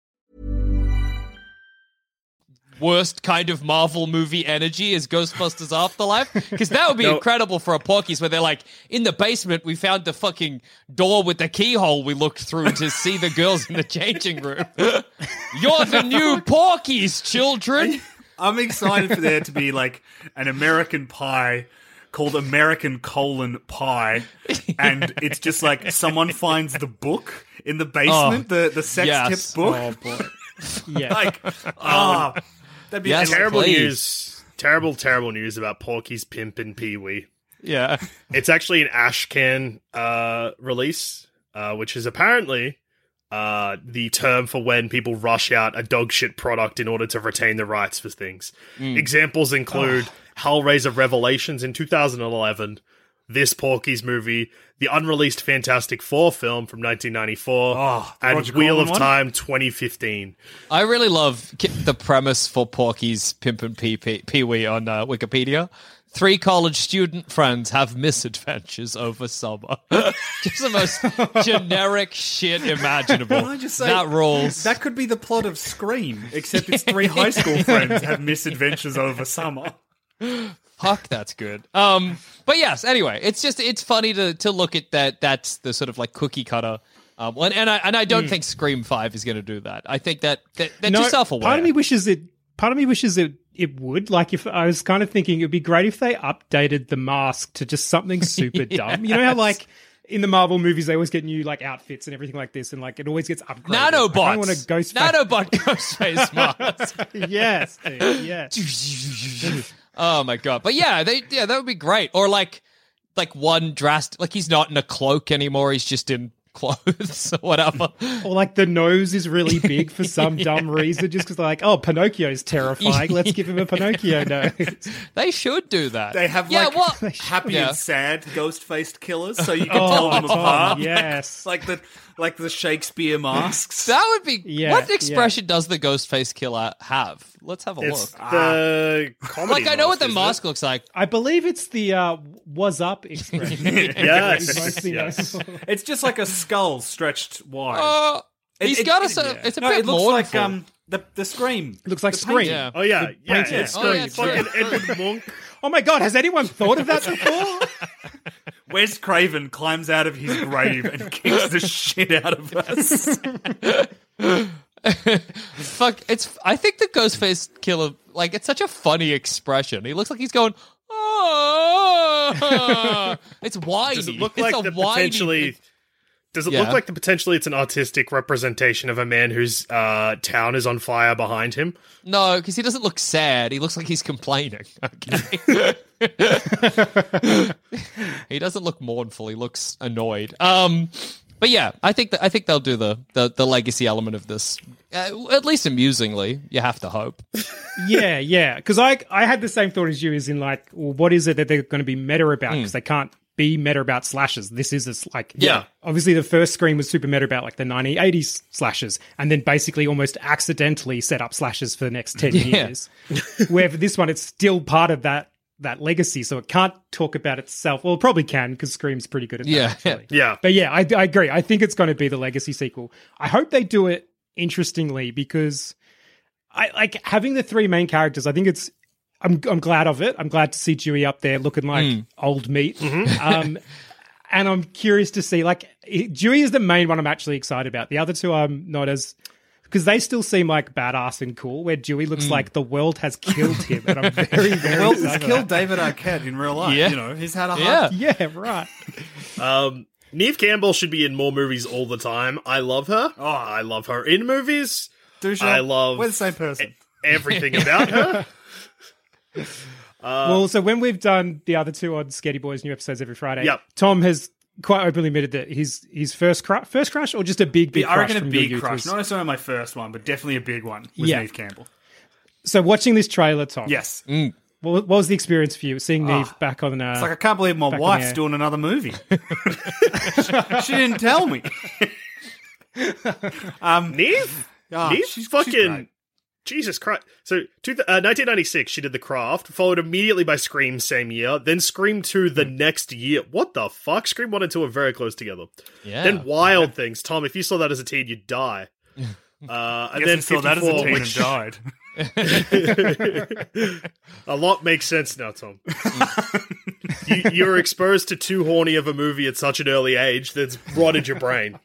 worst kind of Marvel movie energy is Ghostbusters Afterlife? Because that would be
No.
incredible for a Porky's where they're like, in the basement, we found the fucking door with the keyhole we looked through to see the girls in the changing room. You're the new Porky's, children.
I'm excited for there to be like an American pie called American colon pie, and it's just like someone finds the book in the basement, the the sex
Oh, yes. Oh,
tip book.
yeah.
Like, ah, that'd be
Yes,
and-
Um, Terrible
please.
news. Terrible, terrible news about Porky's Pimp and Pee Wee.
Yeah.
It's actually an Ashcan uh, release, uh, which is apparently uh, the term for when people rush out a dog shit product in order to retain the rights for things. Examples include Hellraiser Revelations in 2011, this Porky's movie, the unreleased Fantastic Four film from 1994,
Oh, the
and
Roger
Wheel
Corman
of
one?
Time 2015.
I really love ki- the premise for Porky's Pimp and Pee Pee Pee Wee on uh, Wikipedia. Three college student friends have misadventures over summer. just the most generic shit imaginable.
Can I just say-
that rules.
That could be the plot of Scream, except it's three high school friends have misadventures over summer.
Fuck, that's good. Um, but yes. Anyway, it's just it's funny to to look at that. That's the sort of like cookie cutter. Um, and, and I and I
Hmm.
don't think Scream Five is going to do that. I think that, that they're too self aware.
Part of me wishes it. Part of me wishes it. It would like if I was kind of thinking it'd be great if they updated the mask to just something super dumb. You know how like in the Marvel movies they always get new like outfits and everything like this, and like it always gets upgraded.
Nanobots.
I want to ghost.
Nanobot Ghostface mask.
yes, dude, yes.
oh my god! But yeah, they yeah that would be great. Or like like one drastic like he's not in a cloak anymore. He's just in clothes or whatever.
Or like the nose is really big for some dumb reason, just because like oh Pinocchio's terrifying. Let's give him a Pinocchio nose.
they should do that.
They have
yeah
like
what
happy
Yeah.
and sad ghost faced killers, so you can tell
Oh,
them apart.
Tom, yes.
Like the like the Shakespeare masks.
that would be.
Yeah,
what
yeah.
expression does the Ghostface killer have? Let's have a
It's
look.
the comedy.
Like I know what the
isn't it?
mask looks like.
I believe it's the uh, "was up" expression. It's
Yes.
mostly
yes.
those.
it's just like a skull stretched wide.
Uh,
It-
he's
it-
got a.
it-
sort of-
yeah.
It's a
no,
bit
it looks
mournful.
like um the the scream.
It looks like
The painting.
Scream.
Yeah.
Oh yeah, yeah.
painting.
It's
Oh,
the
yeah, it's
fucking
true.
Edward Monk.
Oh my god, has anyone thought of that before?
Wes Craven climbs out of his grave and kicks the shit out of us.
Fuck! It's. I think the Ghostface killer. Like it's such a funny expression. He looks like he's going. Oh, it's whiny.
Does it look
It's
like
a
the
whiny-
potentially? Does it
Yeah.
look like the potentially? It's an artistic representation of a man whose uh, town is on fire behind him.
No, because he doesn't look sad. He looks like he's complaining. Okay. he doesn't look mournful. He looks annoyed. Um, but yeah, I think that I think they'll do the the, the legacy element of this uh, at least amusingly. You have to hope.
yeah, yeah. Because I I had the same thought as you, is in like, well, what is it that they're going to be meta about?
Hmm.
Because they can't be meta about slashes. This is a, s- like,
Yeah.
Obviously, the first screen was super meta about like the 1980s slashes, and then basically almost accidentally set up slashes for the next 10 years. Where for this one, it's still part of that that legacy, so it can't talk about itself. Well, it probably can because Scream's pretty good at that.
Yeah.
actually.
Yeah.
But yeah, I, I agree. I think it's going to be the legacy sequel. I hope they do it interestingly because I like having the three main characters. I think it's. I'm I'm glad of it. I'm glad to see Dewey up there looking like old meat. Um, and I'm curious to see like it- Dewey is the main one I'm actually excited about. The other two I'm not as because they still seem like badass and cool. Where Dewey looks like the world has killed him, and I'm very very
Well, he's
excited.
killed David Arquette in real life.
Yeah.
You know, he's had a hard
Yeah.
Yeah, right.
Um, Neve Campbell should be in more movies all the time. I love her. Oh, I love her in movies.
Dujon,
I love
We're the same person.
everything about her.
well, so when we've done the other two on Scaredy Boys new episodes every Friday,
Yep.
Tom has quite openly admitted that his his first cru- first crush or just a big big
I
crush
reckon a
from your
big
youth
crush.
was-
Not necessarily my first one, but definitely a big one with
Yeah.
Neve Campbell.
So watching this trailer, Tom,
Yes. Ah,
what, what was the experience for you seeing Neve back on? Uh,
It's like I can't believe my
Back on the
wife's
air.
doing another movie. she didn't tell me. um,
Neve?
ah,
Neve
she's- she's
fucking.
great.
Jesus Christ. So, two th- uh, 1996, she did The Craft, followed immediately by Scream same year, then Scream 2 the next year. What the fuck? Scream 1 and 2 are very close together.
Yeah.
Then Wild Things. Tom, if you saw that as a teen, you'd die. Uh, and
Yes,
then
I saw that as a
54,
teen and
which-
died.
a lot makes sense now, Tom.
Hmm.
you, you're exposed to too horny of a movie at such an early age that's rotted your brain.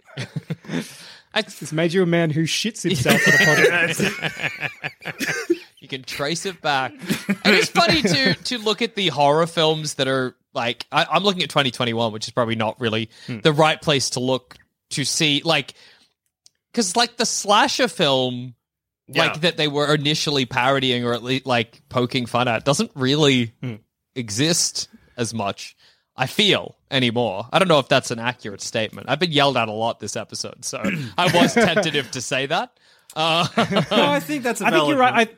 it's made you a man who shits himself for the podcast.
You can trace it back. And it's funny to to look at the horror films that are like I, I'm looking at 2021, which is probably not really the right place to look to see like because like the slasher film like that they were initially parodying or at least like poking fun at doesn't really exist as much. I feel anymore. I don't know if that's an accurate statement. I've been yelled at a lot this episode, so I was tentative to say that. Uh,
no, I think that's a
I think
valid
you're right.
point.
I,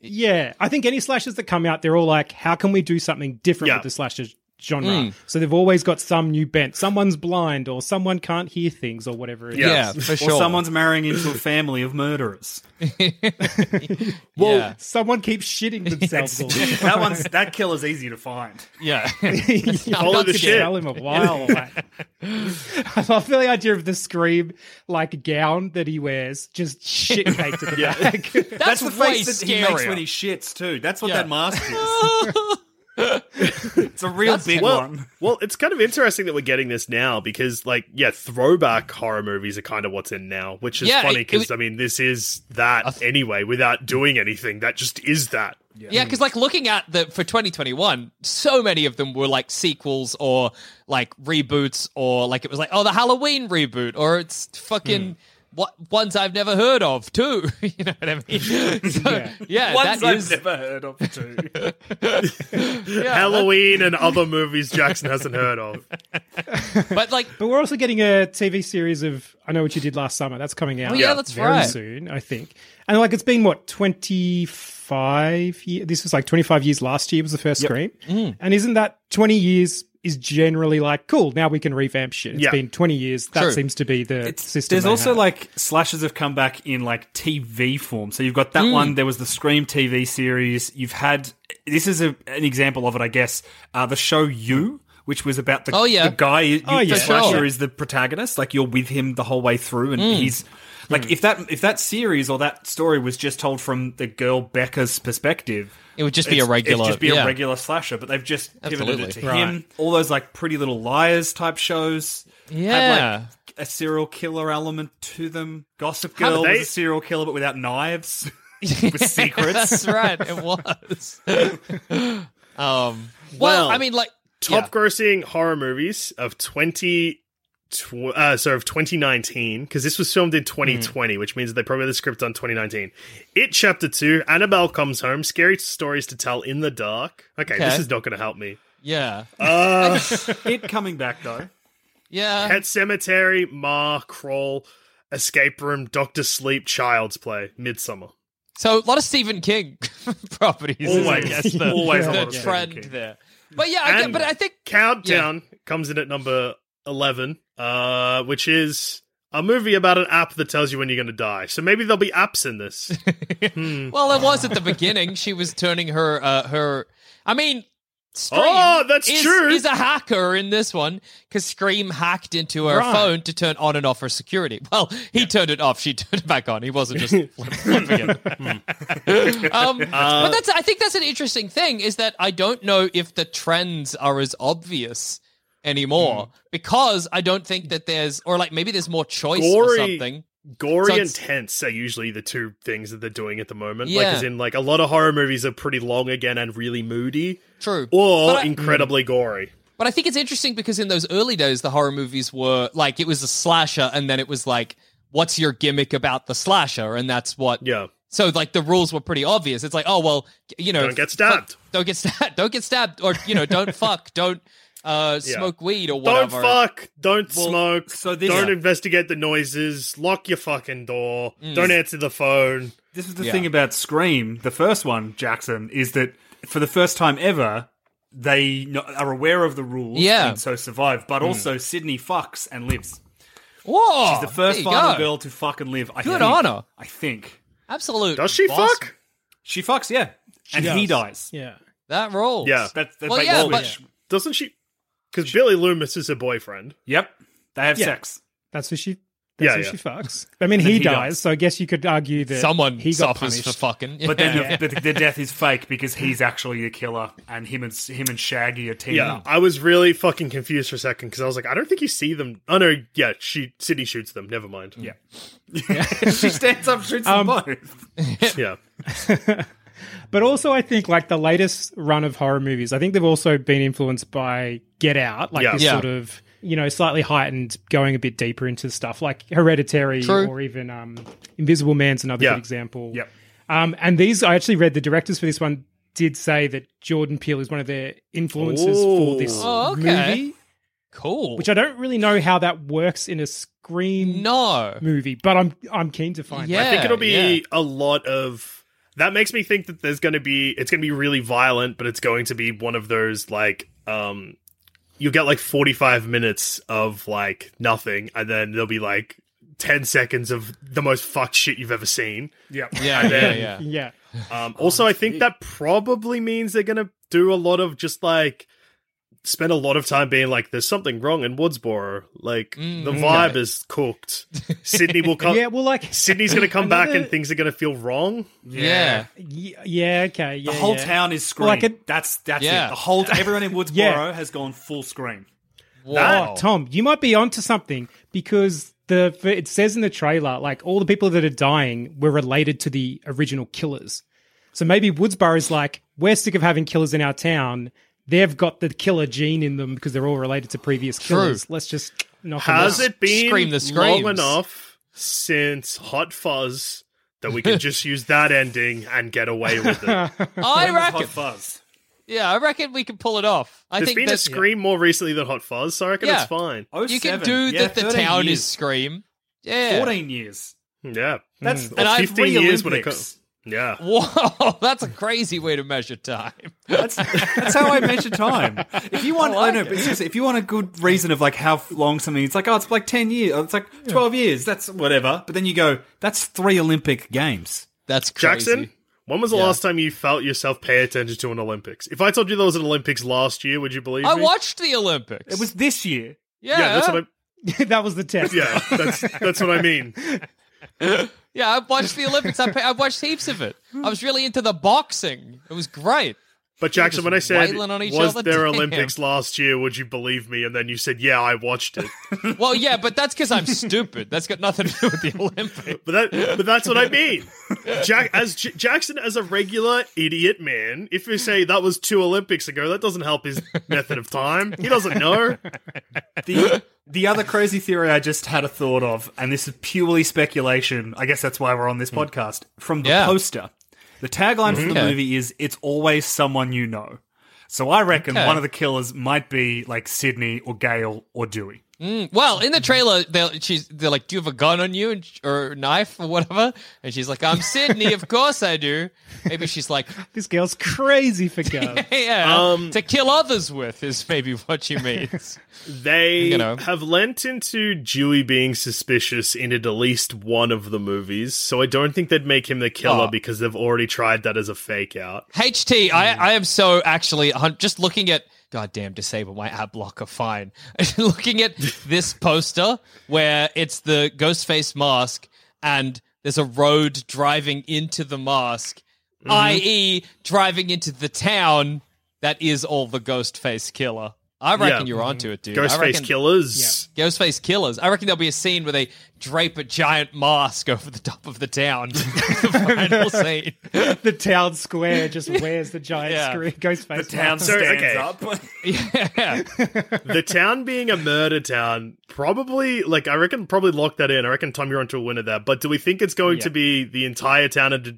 yeah, I think any slashes that come out, they're all like, how can we do something different
Yeah.
with the slashes genre. So they've always got some new bent. Someone's blind or someone can't hear things or whatever it is.
Yeah, for
Or
sure.
someone's marrying into a family of murderers.
yeah.
Someone keeps shitting themselves all the time.
that one's that killer's easy to find.
Yeah.
Follow
to
the shit.
tell him a
Oh,
while. like- I love the idea of the scream like gown that he wears, just shit caked to the back.
That's, the
way
face that he makes
scarier.
when he shits too. That's what
Yeah.
that mask is. it's a real big
well,
one.
well, it's kind of interesting that we're getting this now because, like, yeah, throwback horror movies are kind of what's in now, which is
Yeah,
funny
it- it
because
was-
I mean, this is that anyway without doing anything. That just is that.
Yeah, because like looking at the for 2021, so many of them were like sequels or like reboots or like it was like oh the Halloween reboot or it's fucking
Hmm.
what ones I've never heard of too. you know what I mean? So, yeah,
Ones
that
I've
is
never heard of too.
Halloween and other movies Jackson hasn't heard of.
but like
but we're also getting a TV series of I Know What You Did Last Summer. That's coming out
Oh, yeah, that's
very
right.
soon, I think. And like it's been what, twenty five years this was like twenty five years last year was the first scream. And isn't that twenty years is generally like cool. Now we can revamp shit. It's
Yeah.
been twenty years. That
True.
seems to be the system.
There's
they
also
have.
like slashes have come back in like TV form. So you've got
Hmm.
that one. There was the Scream TV series. You've had this is a, an example of it, I guess. Uh, the show You, which was about the,
Oh, yeah.
the guy. You,
Oh, yeah.
the
For
slasher
sure. Hmm.
is the protagonist. Like you're with him the whole way through, and he's like
Hmm.
if that if that series or that story was just told from the girl Becca's perspective.
it would just be a
it's-
regular.
It'd just be
yeah.
a regular slasher, but they've just pivoted it
Absolutely.
to him. All those like Pretty Little Liars type shows. have,
Yeah.
like, a serial killer element to them. Gossip
How
Girl
did
was
they-
a serial killer, but without knives, with secrets.
That's right. It was. um. Well,
Well,
I mean, like
Top
yeah.
grossing horror movies of 20. Tw- uh, sorry, of 2019, because this was filmed in
Hmm.
2020, which means they probably had the script on 2019. It Chapter 2, Annabelle Comes Home, Scary Stories to Tell in the Dark. Okay, this
Okay.
is not going to help me.
yeah,
Uh, it coming back though.
yeah.
Pet Cemetery, Ma, Crawl, Escape Room, Doctor Sleep, Child's Play, Midsummer.
So a lot of Stephen King properties. is, I
Always.
guess, the,
Always a
the
lot of Stephen
trend
King.
there. But yeah, I get,
And
but I think
Countdown comes in at number 11, uh, which is a movie about an app that tells you when you're going to die. So maybe there'll be apps in this.
Well, it was at the beginning. She was turning her uh, her. I mean, Scream.
Oh, that's
is,
true.
Is a hacker in this one because Scream hacked into her
Right.
phone to turn on and off her security. Well, he turned it off. She turned it back on. He wasn't just flip- flipping it. um,
Uh,
but that's. I think that's an interesting thing. Is that I don't know if the trends are as obvious anymore
Hmm.
because I don't think that there's or like maybe there's more choice or
Gory-
something.
Gory
So
and
it's-
tense are usually the two things that they're doing at the moment. Like,
Yeah.
as in, like, a lot of horror movies are pretty long again and really moody.
True.
Or
But I-
incredibly gory.
But I think it's interesting because in those early days, the horror movies were like it was a slasher, and then it was like, what's your gimmick about the slasher? And that's what.
Yeah.
So like the rules were pretty obvious. It's like, oh well, you know,
Don't get stabbed.
fuck- don't get stabbed. Don't get stabbed, or you know, don't fuck. Don't uh, smoke weed or
Don't
whatever.
fuck. Don't
Well,
smoke.
so this-
don't
Yeah.
investigate the noises. Lock your fucking door. Don't answer the phone.
This is the
Yeah.
thing about Scream, the first one, Jackson, is that for the first time ever, they kn- are aware of the rules
Yeah.
and so survive. But
Hmm.
also, Sydney fucks and lives.
Whoa,
She's the
there
first
you
final
go.
girl to fuck and live. I
Good
think,
on her.
I think
Absolute.
Does she
boss.
fuck?
she fucks. Yeah, and he dies.
Yeah.
That role.
Yeah.
That's, that's
Well,
like
yeah,
all
but-
which-
Doesn't she? Because Billy Loomis is her boyfriend.
Yep, they have
Yeah.
sex.
That's who she that's
Yeah,
who
yeah.
she fucks. I mean
then
he,
he
dies,
dies.
so I guess you could argue that
Someone
he got
suffers
punished.
for fucking.
But then
Yeah.
the, the, the death is fake because he's actually the killer, and him and him and Shaggy are teaming
Yeah,
up.
I was really fucking confused for a second because I was like, I don't think you see them. Oh no, yeah, she Sydney shoots them. Never mind.
Yeah, she stands up, shoots
Um,
them both.
yeah.
But also, I think like the latest run of horror movies, I think they've also been influenced by Get Out, like
Yeah.
this
Yeah.
sort of you know slightly heightened, going a bit deeper into stuff like Hereditary
True.
or even um, Invisible Man's another
Yeah.
good example.
Yep.
Um, and these, I actually read the directors for this one did say that Jordan Peele is one of their influences for this
Ooh.
Oh, okay.
movie,
cool.
which I don't really know how that works in a screen
no.
movie, but I'm I'm keen to find.
Yeah.
out.
I think it'll be
yeah.
a lot of. That makes me think that there's going to be. It's going to be really violent, but it's going to be one of those like um you'll get like 45 minutes of like nothing, and then there'll be like 10 seconds of the most fucked shit you've ever seen.
Yeah.
Yeah, yeah, yeah.
Yeah.
Um, also, I think that probably means they're going to do a lot of just like spend a lot of time being like, there's something wrong in Woodsboro. Like,
Mm.
the vibe is cooked. Sydney will
Uh,
come.
Yeah, well, like,
Sydney's going to come back and
Another-
things are going to feel wrong.
Yeah.
y- yeah, okay. Yeah,
The whole
yeah.
town is scream.
Well, I could-
that's that's
Yeah.
it. The whole everyone in Woodsboro
Yeah.
has gone full scream.
Oh, Tom, you might be onto something because the it says in the trailer like all the people that are dying were related to the original killers. So maybe Woodsboro is like we're sick of having killers in our town. They've got the killer gene in them because they're all related to previous
True.
killers. Let's just knock them
Has
out.
it been
Scream the
long
screams.
enough since Hot Fuzz that we can just use that ending and get away with it?
I
Hot
reckon.
fuzz.
Yeah, I reckon we can pull it off. I
There's
think
been a
that's
Scream more recently than Hot Fuzz, so I reckon
Yeah.
it's fine.
You can
07.
do
Oh, Yeah,
that. The
13
town
years.
is scream. Yeah.
14 years.
Yeah,
That's
Or
And I've
15 years when it
re-Olympics.
comes. Yeah,
Whoa, that's a crazy way to measure time.
That's, that's how I measure time. If you want, I, know, but seriously, if you want a good reason of like how long something, it's like oh, it's like ten years, oh, it's like twelve years. That's whatever. But then you go, that's three Olympic games.
That's crazy.
Jackson. When was the last time you felt yourself pay attention to an Olympics? If I told you there was an Olympics last year, would you believe
I
me?
watched the Olympics.
It was this year.
yeah,
Yeah,
yeah,
that's what I.
that was the test.
Yeah, that's that's what I mean.
I watched the Olympics. I, pa- I watched heaps of it. I was really into the boxing. It was great.
But Jackson,
just
when I said
wailing on each
was
other?
there
Damn.
Olympics last year, would you believe me? And then you said, yeah, I watched it.
Well, yeah, but that's because I'm stupid. That's got nothing to do with the Olympics.
But that, but that's what I mean. Jack, as J- Jackson, as a regular idiot man, if you say that was two Olympics ago, that doesn't help his method of time. He doesn't know.
The the other crazy theory I just had a thought of, and this is purely speculation. I guess that's why we're on this podcast. From the
Yeah.
poster, the tagline for the
Okay.
movie is "It's always someone you know." So I reckon
Okay.
one of the killers might be like Sydney or Gail or Dewey.
Well, in the trailer, they're, she's, they're like, "Do you have a gun on you, and sh- or a knife, or whatever?" And she's like, "I'm Sydney, of course I do." Maybe she's like,
This girl's crazy for guns.
"Yeah,
Um,
to kill others with is maybe what she means."
They
You know.
have lent into Dewey being suspicious in at least one of the movies, so I don't think they'd make him the killer
Oh.
because they've already tried that as a fake out.
HT, I, I am so actually hun- just looking at goddamn disable my ad blocker. Fine, looking at this poster where it's the Ghostface mask and there's a road driving into the mask, i.e., driving into the town that is all the Ghostface killer. I reckon
Yeah.
you're onto it, dude. I
Ghostface
reckon-
killers.
Ghostface killers. I reckon there'll be a scene where they drape a giant mask over the top of the town. the final scene.
the town square just wears the giant
Yeah.
screen. Goes face.
The town
So,
stands
okay.
up.
Yeah.
the town being a murder town, probably like I reckon probably lock that in. I reckon Tom, you're onto a winner there. But do we think it's going to be the entire town? Of,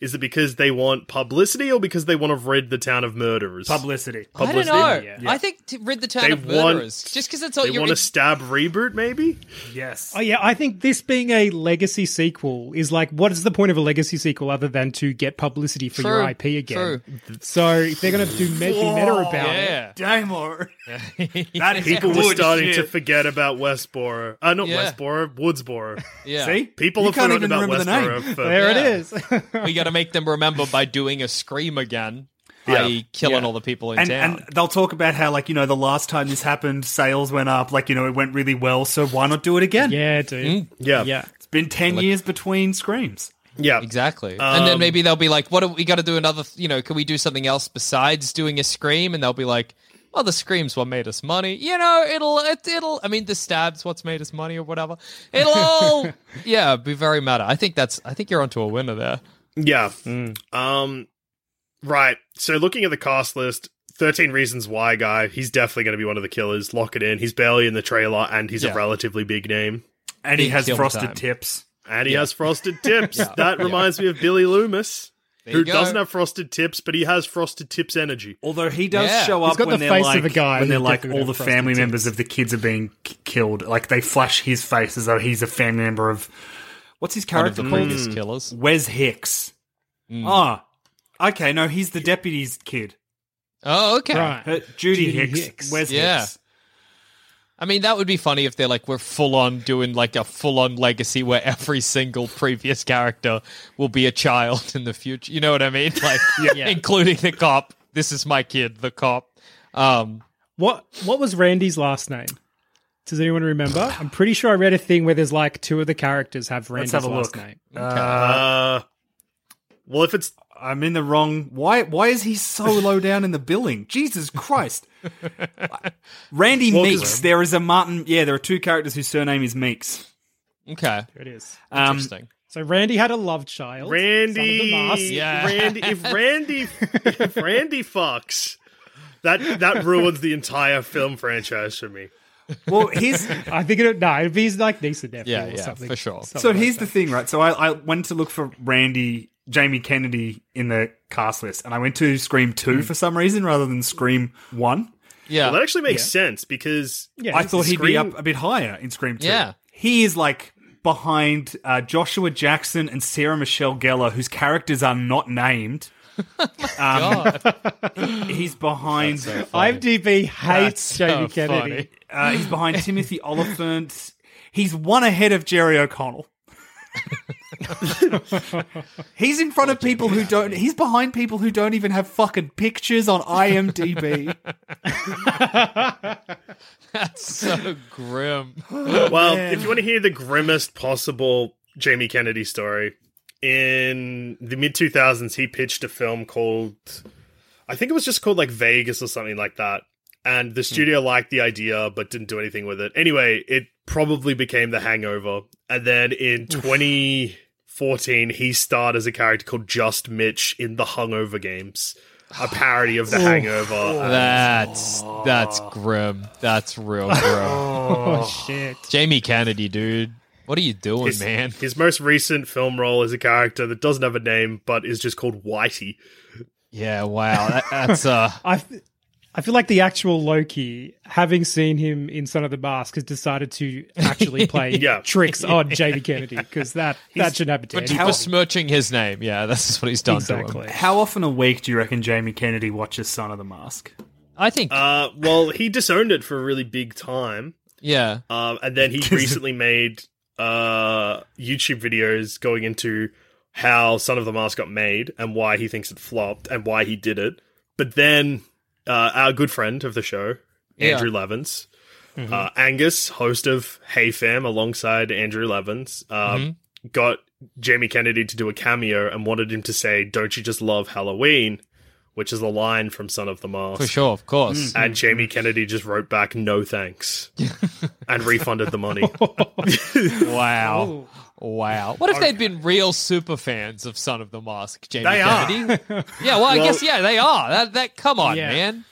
is it because they want publicity or because they want to rid the town of murderers?
Publicity.
I don't
Publicity?
know. I think to rid the town
They
of
want-
murderers. just because it's all
They
you're.
want to stab reboot, maybe.
Yes.
Oh yeah, I think this being a legacy sequel is like, what is the point of a legacy sequel other than to get publicity for
True,
your IP again? So if they're going to do making meta about it,
yeah.
Damor. that is
People were
good
starting
shit.
to forget about Westboro. Uh, not
Yeah.
Westboro, Woodsboro.
Yeah.
See,
People
you
have
can't
forgotten
even
about
remember the
Westboro.
name.
for-
there
Yeah.
it is.
we got to make them remember by doing a scream again,
Yeah.
i.e., killing
Yeah.
all the people in
And,
town.
and they'll talk about how, like, you know, the last time this happened, sales went up. Like, you know, it went really well, so why not do it again?
yeah,
Mm.
dude.
yeah, yeah,
Yeah.
It's been 10 years between screams.
yeah.
exactly. and then maybe they'll be like, "What do we got to do? Another? You know, can we do something else besides doing a scream?" And they'll be like. Well, the screams what made us money. You know, it'll it, it'll. I mean, the stabs what's made us money or whatever. It'll all yeah be very meta. I think that's. I think you're onto a winner there.
Yeah. Um right. So looking at the cast list, 13 Reasons Why guy, he's definitely going to be one of the killers. Lock it in. He's barely in the trailer and he's
Yeah.
a relatively big name.
And he
Big
has
kill
frosted
time.
tips.
And he has frosted tips. That reminds me of Billy Loomis,
There
who
you go.
doesn't have frosted tips, but he has frosted tips energy.
Although he does
Yeah.
show
He's
up
got
when
the
they're
face
like,
of a guy
when
who
they're like
definitely
all the
got frosted
family
tips.
members of the kids are being k- killed. Like they flash his face as though he's a family member of what's his
One of
character Hmm.
the
called?
previous killers.
Wes Hicks.
Mm.
Ah, okay. No, he's the deputy's kid.
Oh, okay.
Right.
Her- Judy,
Judy
Hicks.
Hicks.
Wes
Yeah.
Hicks.
I mean, that would be funny if they're like, we're full on doing like a full on legacy where every single previous character will be a child in the future. You know what I mean? Like, including the cop. This is my kid, the cop. Um,
What what was Randy's last name? Does anyone remember? I'm pretty sure I read a thing where there's like two of the characters have Randy's
Let's have a
last
look.
name.
Uh,
Uh, well, if it's
I'm in the wrong. Why? Why is he so low down in the billing? Jesus Christ! Randy
Well, 'cause-
Meeks. There is a Martin. Yeah, there are two characters whose surname is Meeks.
okay.
There it is.
Um,
Interesting.
So Randy had a love child. Son of the
Randy,
mask.
Yeah.
Randy, if Randy, if Randy fucks, that that ruins the entire film franchise for me.
well, here's
I think it. No, it'd be his, like niece and nephew
Yeah,
or
yeah,
something.
for sure.
Something
so
like
here's
that.
the thing, right? So I, I went to look for Randy Jamie Kennedy in the cast list, and I went to Scream Two
Hmm.
for some reason rather than Scream One.
Yeah.
Well, that actually makes sense because
Yeah,
I
he's-
thought he'd be
Scream-
up a bit higher in Scream Two.
Yeah.
he is like behind uh, Joshua Jackson and Sarah Michelle Gellar, whose characters are not named.
Um,
God.
He's behind.
IMDb hates
so
Jamie Kennedy.
funny.
Uh, he's behind Timothy Oliphant. He's one ahead of Jerry O'Connell. he's in front of people who don't. He's behind people who don't even have fucking pictures on IMDb.
That's so grim.
Well, if you want to hear the grimmest possible Jamie Kennedy story, in the mid 2000s, he pitched a film called, I think it was just called like Vegas or something like that. And the studio liked the idea but didn't do anything with it. Anyway, it probably became The Hangover. And then in 2014, he starred as a character called Just Mitch in The Hungover Games, a parody of The Hangover.
That's that's grim. That's real grim.
Oh shit!
Jamie Kennedy, dude. What are you doing,
His,
man?
his most recent film role is a character that doesn't have a name but is just called Whitey.
Yeah, wow. That, that's uh
I f- I feel like the actual Loki, having seen him in Son of the Mask, has decided to actually play
Yeah.
tricks on Jamie Kennedy because that that should happen to
but
anyone.
besmirching his name. Yeah, that's what he's done to him.
Exactly.
How often a week do you reckon Jamie Kennedy watches Son of the Mask?
I think
Uh, well, he disowned it for a really big time,
yeah.
um, and then he recently made uh, YouTube videos going into how Son of the Mask got made and why he thinks it flopped and why he did it. But then uh, our good friend of the show,
Yeah. Mm-hmm.
Andrew Levins, uh, Angus, host of Hey Fam, alongside Andrew Levins, um,
Mm-hmm.
got Jamie Kennedy to do a cameo and wanted him to say, "Don't you just love Halloween?" Which is the line from Son of the Mask.
For sure, of course.
And Jamie Kennedy just wrote back, no thanks, and refunded the money. Mm. Oh.
Wow. Wow. What if they'd been real super fans of Son of the Mask, Jamie
They are.
Kennedy? yeah, well, I guess yeah, they are. That that come on,
Yeah.
man.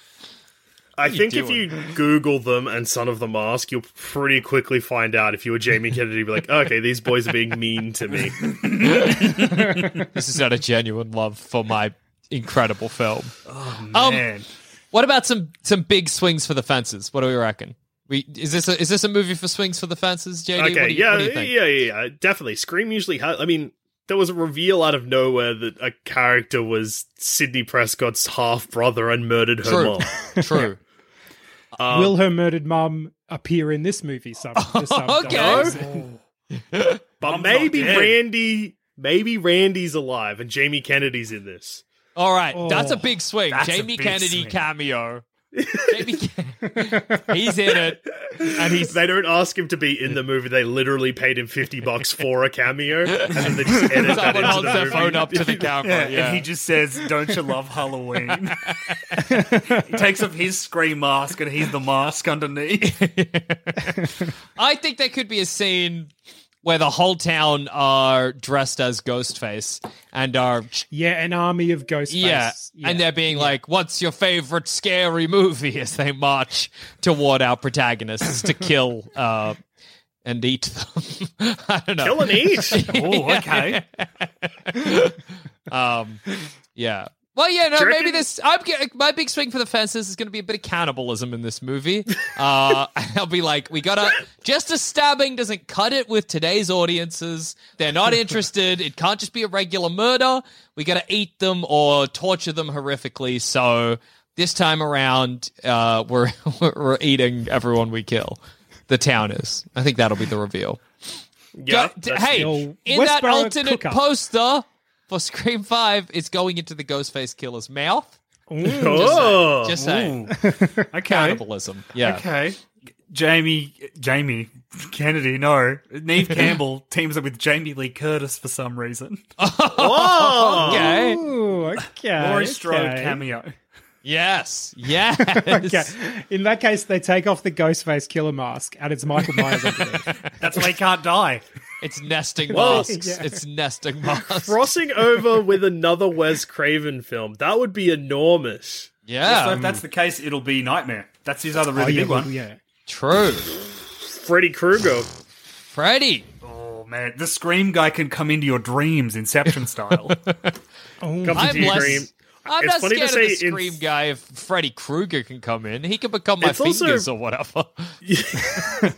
I
you
think if
doing?
you Google them and Son of the Mask, you'll pretty quickly find out if you were Jamie Kennedy, be like, okay, these boys are being mean to me.
This is not a genuine love for my incredible film.
Oh,
Um,
Man,
What about some some big swings for the fences? What do we reckon? We is this a, is this a movie for swings for the fences, JD?
Okay,
what do you,
yeah,
what do you think?
yeah, yeah, yeah, definitely. Scream usually has. I mean, there was a reveal out of nowhere that a character was Sidney Prescott's half brother and murdered her
True.
mom.
True.
Will her murdered mum appear in this movie? Some, for some
Okay.
dumb reason?
But
Mom's not
maybe
dead.
Randy, maybe Randy's alive and Jamie Kennedy's in this.
All right, that's a
Oh,
big swing.
that's a
Jamie
big
Kennedy
swing.
cameo. Jamie Ken- he's in it, and he's
they don't ask him to be in the movie. They literally paid him fifty bucks for a cameo, and then they just edit that
someone
into
holds
the
their
movie.
phone up to the camera. Yeah,
and he just says, "Don't you love Halloween?" he takes off his scream mask, and he's the mask underneath.
I think there could be a scene where the whole town are dressed as Ghostface and are
Yeah, an army of ghost.
Yeah. And they're being like, what's your favorite scary movie as they march toward our protagonists to kill uh, and eat them? I don't know.
Kill and eat.
oh, okay.
Um, yeah. Well, yeah, no,
Do you
maybe
reckon-
this. I'm get, my big swing for the fences is going to be a bit of cannibalism in this movie. Uh, I'll be like, we gotta just a stabbing doesn't cut it with today's audiences. They're not interested. It can't just be a regular murder. We gotta eat them or torture them horrifically. So this time around, uh, we're we're eating everyone we kill. the town is. I think that'll be the reveal.
Yeah,
Go- d-
that's-
hey,
Yo,
in that
Westboro
alternate
cooker.
poster for Scream 5, it's going into the Ghostface Killer's mouth.
oh,
Just saying.
Okay.
Cannibalism. Yeah.
Okay. Jamie, Jamie Kennedy, no. Neve Campbell teams up with Jamie Lee Curtis for some reason.
oh,
Okay.
Ooh, okay.
Laurie
Uh, okay.
Strode cameo.
Yes. Yes.
Okay. In that case, they take off the Ghostface killer mask, and it's Michael Myers underneath.
That's why he can't die.
It's nesting
Well,
masks.
yeah.
It's nesting masks.
crossing over with another Wes Craven film that would be enormous.
so
yeah.
if that's the case, it'll be Nightmare. That's his other really
Um, oh, yeah,
big one.
yeah.
True.
Freddy Krueger.
Freddy.
Oh man, the Scream guy can come into your dreams, Inception style.
comes
I'm
into your
less.
dream.
I'm
It's
not
funny
scared
to
of the
say in-
scream guy. If Freddy Krueger can come in, he can become my
It's also-
fingers or whatever.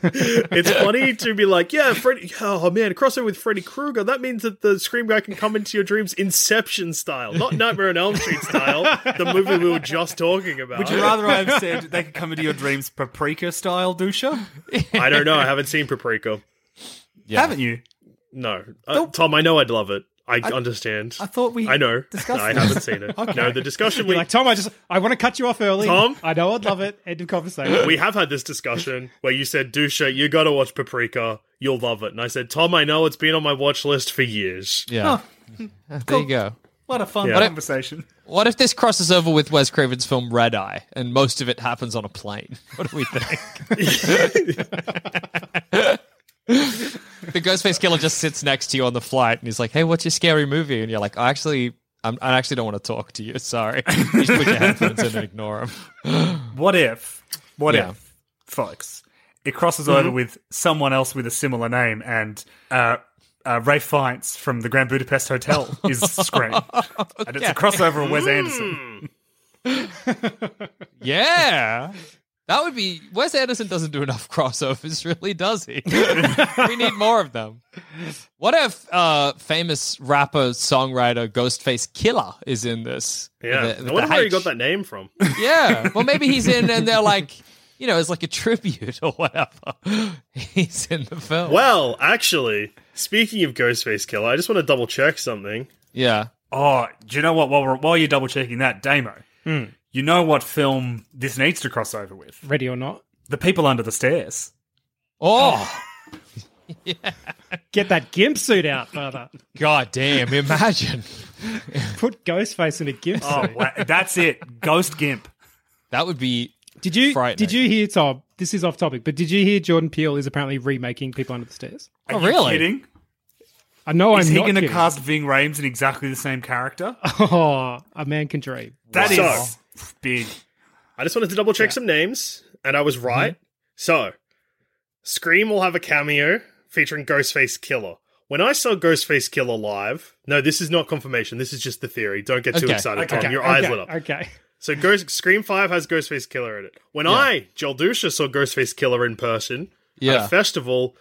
It's funny to be like, yeah, Freddy. Oh man, crossover with Freddy Krueger. That means that the Scream guy can come into your dreams, Inception style, not Nightmare on Elm Street style, the movie we were just talking about.
Would you rather I've said they can come into your dreams, Paprika style, Dusha?
I don't know. I haven't seen Paprika.
Haven't you?
No, uh, Tom. I know I'd love it. I, understand.
I thought we
I know.
discussed
I
this.
haven't seen it. No, the discussion we
Like Tom, I just I want to cut you off early.
Tom?
I know I'd love it. End of conversation.
we have had this discussion where you said, Dusha, you got to watch Paprika. You'll love it. And I said, Tom, I know it's been on my watch list for years.
Yeah. There you go.
What a fun
Yeah.
conversation.
What if this crosses over with Wes Craven's film Red Eye, and most of it happens on a plane? What do we think? the Ghostface Killer just sits next to you on the flight, and he's like, "Hey, what's your scary movie?" And you're like, "I actually, I'm, I actually don't want to talk to you. Sorry." You just put your headphones in and ignore him.
What if, what
Yeah.
if, folks, it crosses over with someone else with a similar name and uh, uh, Ray Fiennes from the Grand Budapest Hotel is Scream. And it's a crossover of Wes Anderson.
Yeah. That would be Wes Anderson doesn't do enough crossovers, really, does he? we need more of them. What if uh famous rapper, songwriter, Ghostface Killer is in this?
Yeah.
With the- with
I wonder
the
where you
H.
got that name from.
Yeah. Well maybe he's in and they're like, you know, it's like a tribute or whatever. He's in the film.
well, actually, speaking of Ghostface Killer, I just want to double check something.
Yeah.
Oh, do you know what? While, we're, while you're double checking that, Damo, you know what film this needs to cross over with?
Ready or not?
The People Under the Stairs.
Oh
Get that gimp suit out, brother.
god damn, imagine.
Put Ghostface in a gimp suit.
Oh, wow. that's it. Ghost Gimp.
That would be
Did you
frightening.
did you hear Tom? This is off topic, but did you hear Jordan Peele is apparently remaking People Under the Stairs?
Are
Oh,
you
really?
kidding?
I know
Is
I'm
he
not
going to
kidding.
cast Ving Rhames in exactly the same character?
Oh, a man can dream.
That is
Wow.
big.
I just wanted to double check some names, and I was right. So, Scream will have a cameo featuring Ghostface Killer. When I saw Ghostface Killer live, no, this is not confirmation. This is just the theory. Don't get too
Okay,
excited,
okay,
Tom. Your
okay,
eyes lit up.
Okay.
So Ghost Scream Five has Ghostface Killer in it. When I Joel Dusha saw Ghostface Killer in person at
Yeah.
a festival,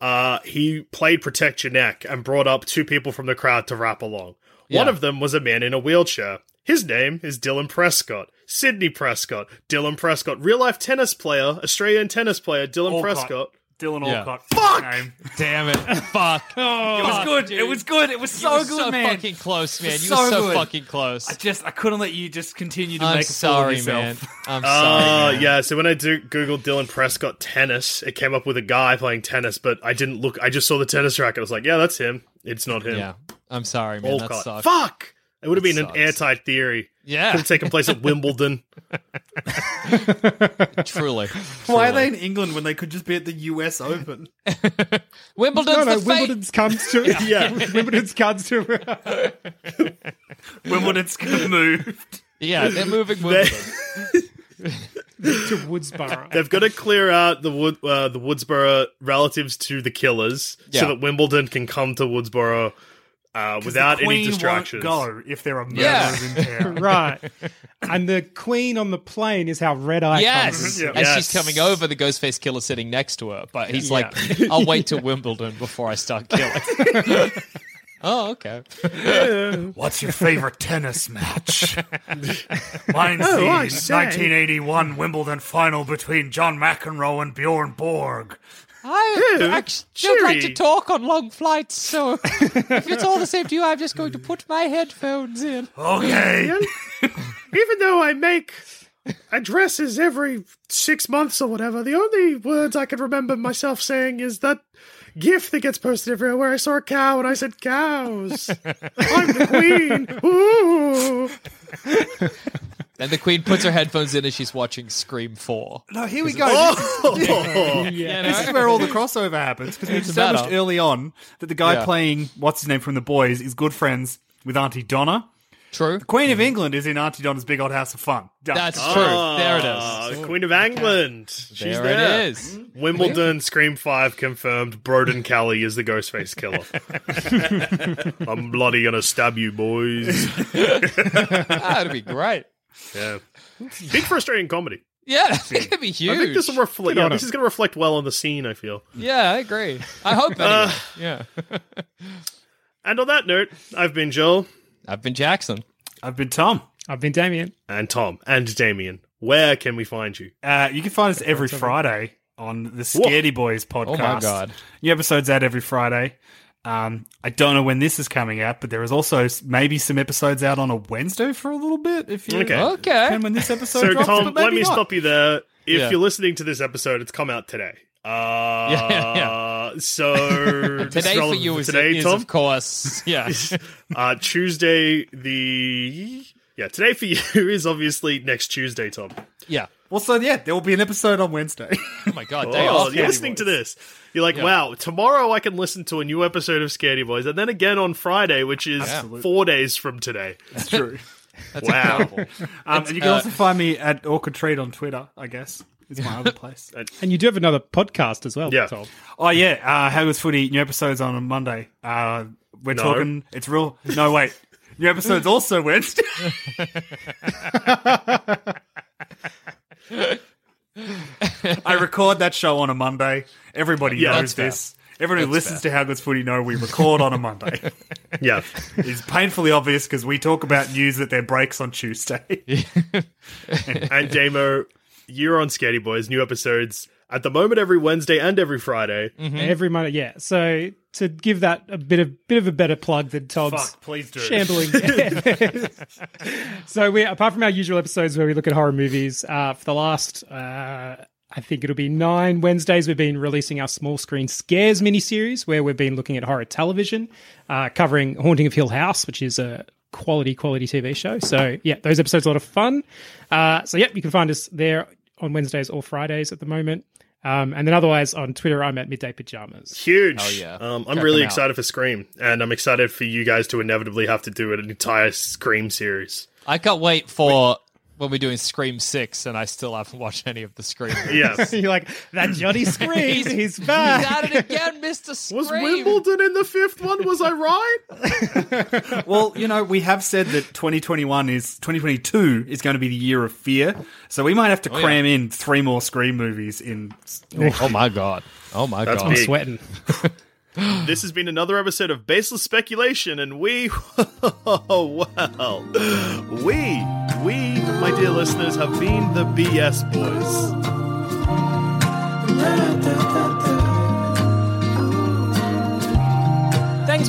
uh, he played Protect Your Neck and brought up two people from the crowd to rap along. One
Yeah.
of them was a man in a wheelchair. His name is Dylan Prescott. Sydney Prescott. Dylan Prescott. Real life tennis player, Australian tennis player, Dylan
Alcott.
Prescott.
Dylan
Yeah.
Alcott.
Fuck!
Name.
Damn it. Fuck.
It was good. It was good. It was so
you were
good,
so
man.
fucking close,
It
man.
was
You were so
good.
fucking close.
I just I couldn't let you just continue to
I'm
make a
sorry,
fool of
man.
yourself.
I'm
Uh,
sorry. man.
yeah, so when I do Google Dylan Prescott tennis, it came up with a guy playing tennis, but I didn't look. I just saw the tennis racket. I was like, yeah, that's him. It's not him.
yeah. I'm sorry, man. That
Olcott.
sucks.
Fuck! It would have
That
been an
sucks.
airtight theory. Could
Yeah,
have taken place at Wimbledon.
truly.
Why are they in England when they could just be at the US Open?
Wimbledon's
No, no,
the fate.
Wimbledon's comes to
Yeah.
Wimbledon's comes to
Wimbledon's gonna move.
Yeah, they're moving Wimbledon.
to Woodsboro.
They've got to clear out the Wood, uh, the Woodsboro relatives to the killers, so
Yeah.
that Wimbledon can come to Woodsboro uh, without
the
any
Queen
distractions.
Won't go if there are murderers
Yeah.
in town.
right. And the queen on the plane is how red eye
yes,
Yeah.
as
Yes.
she's coming over, the Ghostface Killer sitting next to her, but he's like, "I'll wait till Wimbledon before I start killing." Oh, okay.
What's your favorite tennis match? Mine's
Oh,
the
I say.
1981 Wimbledon final between John McEnroe and Bjorn Borg.
I
Ew,
actually don't like to
cheery.
talk on long flights, so if it's all the same to you, I'm just going to put my headphones in.
Okay.
Even though I make addresses every six months or whatever, the only words I can remember myself saying is that gif that gets posted everywhere where I saw a cow and I said, Cows. I'm the queen. Ooh.
And the queen puts her headphones in as she's watching Scream 4.
No, here we go.
Oh.
This is where all the crossover happens because we've
It's
established
better.
early on that the guy
Yeah.
playing what's his name from The Boys is good friends with Auntie Donna.
True?
Queen of England is in Auntie Donna's Big Old House of Fun. Done.
Mm. That's
Oh,
true. There it is.
Ah, the Queen of England. She's
There,
there.
it is.
Wimbledon Scream 5 confirmed Broden Kelly is the Ghostface Killer. I'm bloody gonna stab you, boys.
That'd be great.
Yeah. Big for Australian comedy.
Yeah, I think it'd be huge.
I think this will reflect. Yeah, this is going to reflect well on the scene. I feel.
yeah, I agree. I hope anyway. yeah.
And on that note, I've been Joel
I've been Jackson.
I've been Tom.
I've been Damien.
and Tom and Damien. Where can we find you?
Uh, you can find us every
something.
Friday on the Scaredy Boys podcast.
Oh my God.
New episodes out every Friday. Um, I don't know when this is coming out, but there is also s- maybe some episodes out on a Wednesday for a little bit. If you
Okay.
Okay.
depend when this episode
So,
drops,
Tom,
but maybe
let me
not.
stop you there. If
Yeah.
you're listening to this episode, it's come out today. Uh,
Yeah, yeah,
So this
Today for
relevant
you is,
today,
is
Tom.
of course. Yeah.
uh, Tuesday the yeah today for you is obviously next Tuesday, Tom.
Yeah.
Also, yeah, there will be an episode on Wednesday.
Oh my god, day
Oh,
off.
you're listening to this. You're like, wow, tomorrow I can listen to a new episode of Scaredy Boys, and then again on Friday, which is four days from today.
That's true.
wow.
Um, and you can
uh,
also find me at Orchid Treat on Twitter, I guess. It's my other place.
And you do have another podcast as well.
Yeah.
Tom.
Oh yeah, uh, How Goes Footy? New episodes on a Monday. Uh, we're
No.
talking. It's real. No wait, new episodes also Wednesday. I record that show on a Monday. Everybody
Yeah,
knows
that's fair.
this. Everyone who listens to How Goes Footy know we record on a Monday.
yeah.
it's painfully obvious because we talk about news that their breaks on Tuesday.
And Damo, you're on Scaredy Boys, new episodes at the moment every Wednesday and every Friday.
Mm.
Every Monday. Yeah. So to give that a bit of bit of a better plug than Tom's
Fuck, please do.
shambling. so we, apart from our usual episodes where we look at horror movies, uh, for the last, uh, I think it'll be nine Wednesdays, we've been releasing our small screen scares miniseries where we've been looking at horror television, uh, covering Haunting of Hill House, which is a quality quality TV show. So yeah, those episodes are a lot of fun. Uh, so yeah, you can find us there on Wednesdays or Fridays at the moment. Um, and then otherwise on Twitter, I'm at Midday Pajamas.
Huge.
Hell yeah.
Um, I'm
Check
really
them out.
excited for Scream, and I'm excited for you guys to inevitably have to do an entire Scream series.
I can't wait for when we're doing Scream 6 and I still haven't watched any of the Scream.
Yeah.
You're like that Johnny Screams, he's back.
He's at it again, Mr. Scream.
Was Wimbledon in the fifth one? Was I right?
Well, you know, we have said that 2021 is 2022 is going to be the year of fear, so we might have to cram in three more Scream movies in.
Oh my god. Oh my
That's
god.
big.
Sweating.
This has been another episode of Baseless Speculation, and we, oh, well, we, we, my dear listeners, have been the BS Boys.
Thanks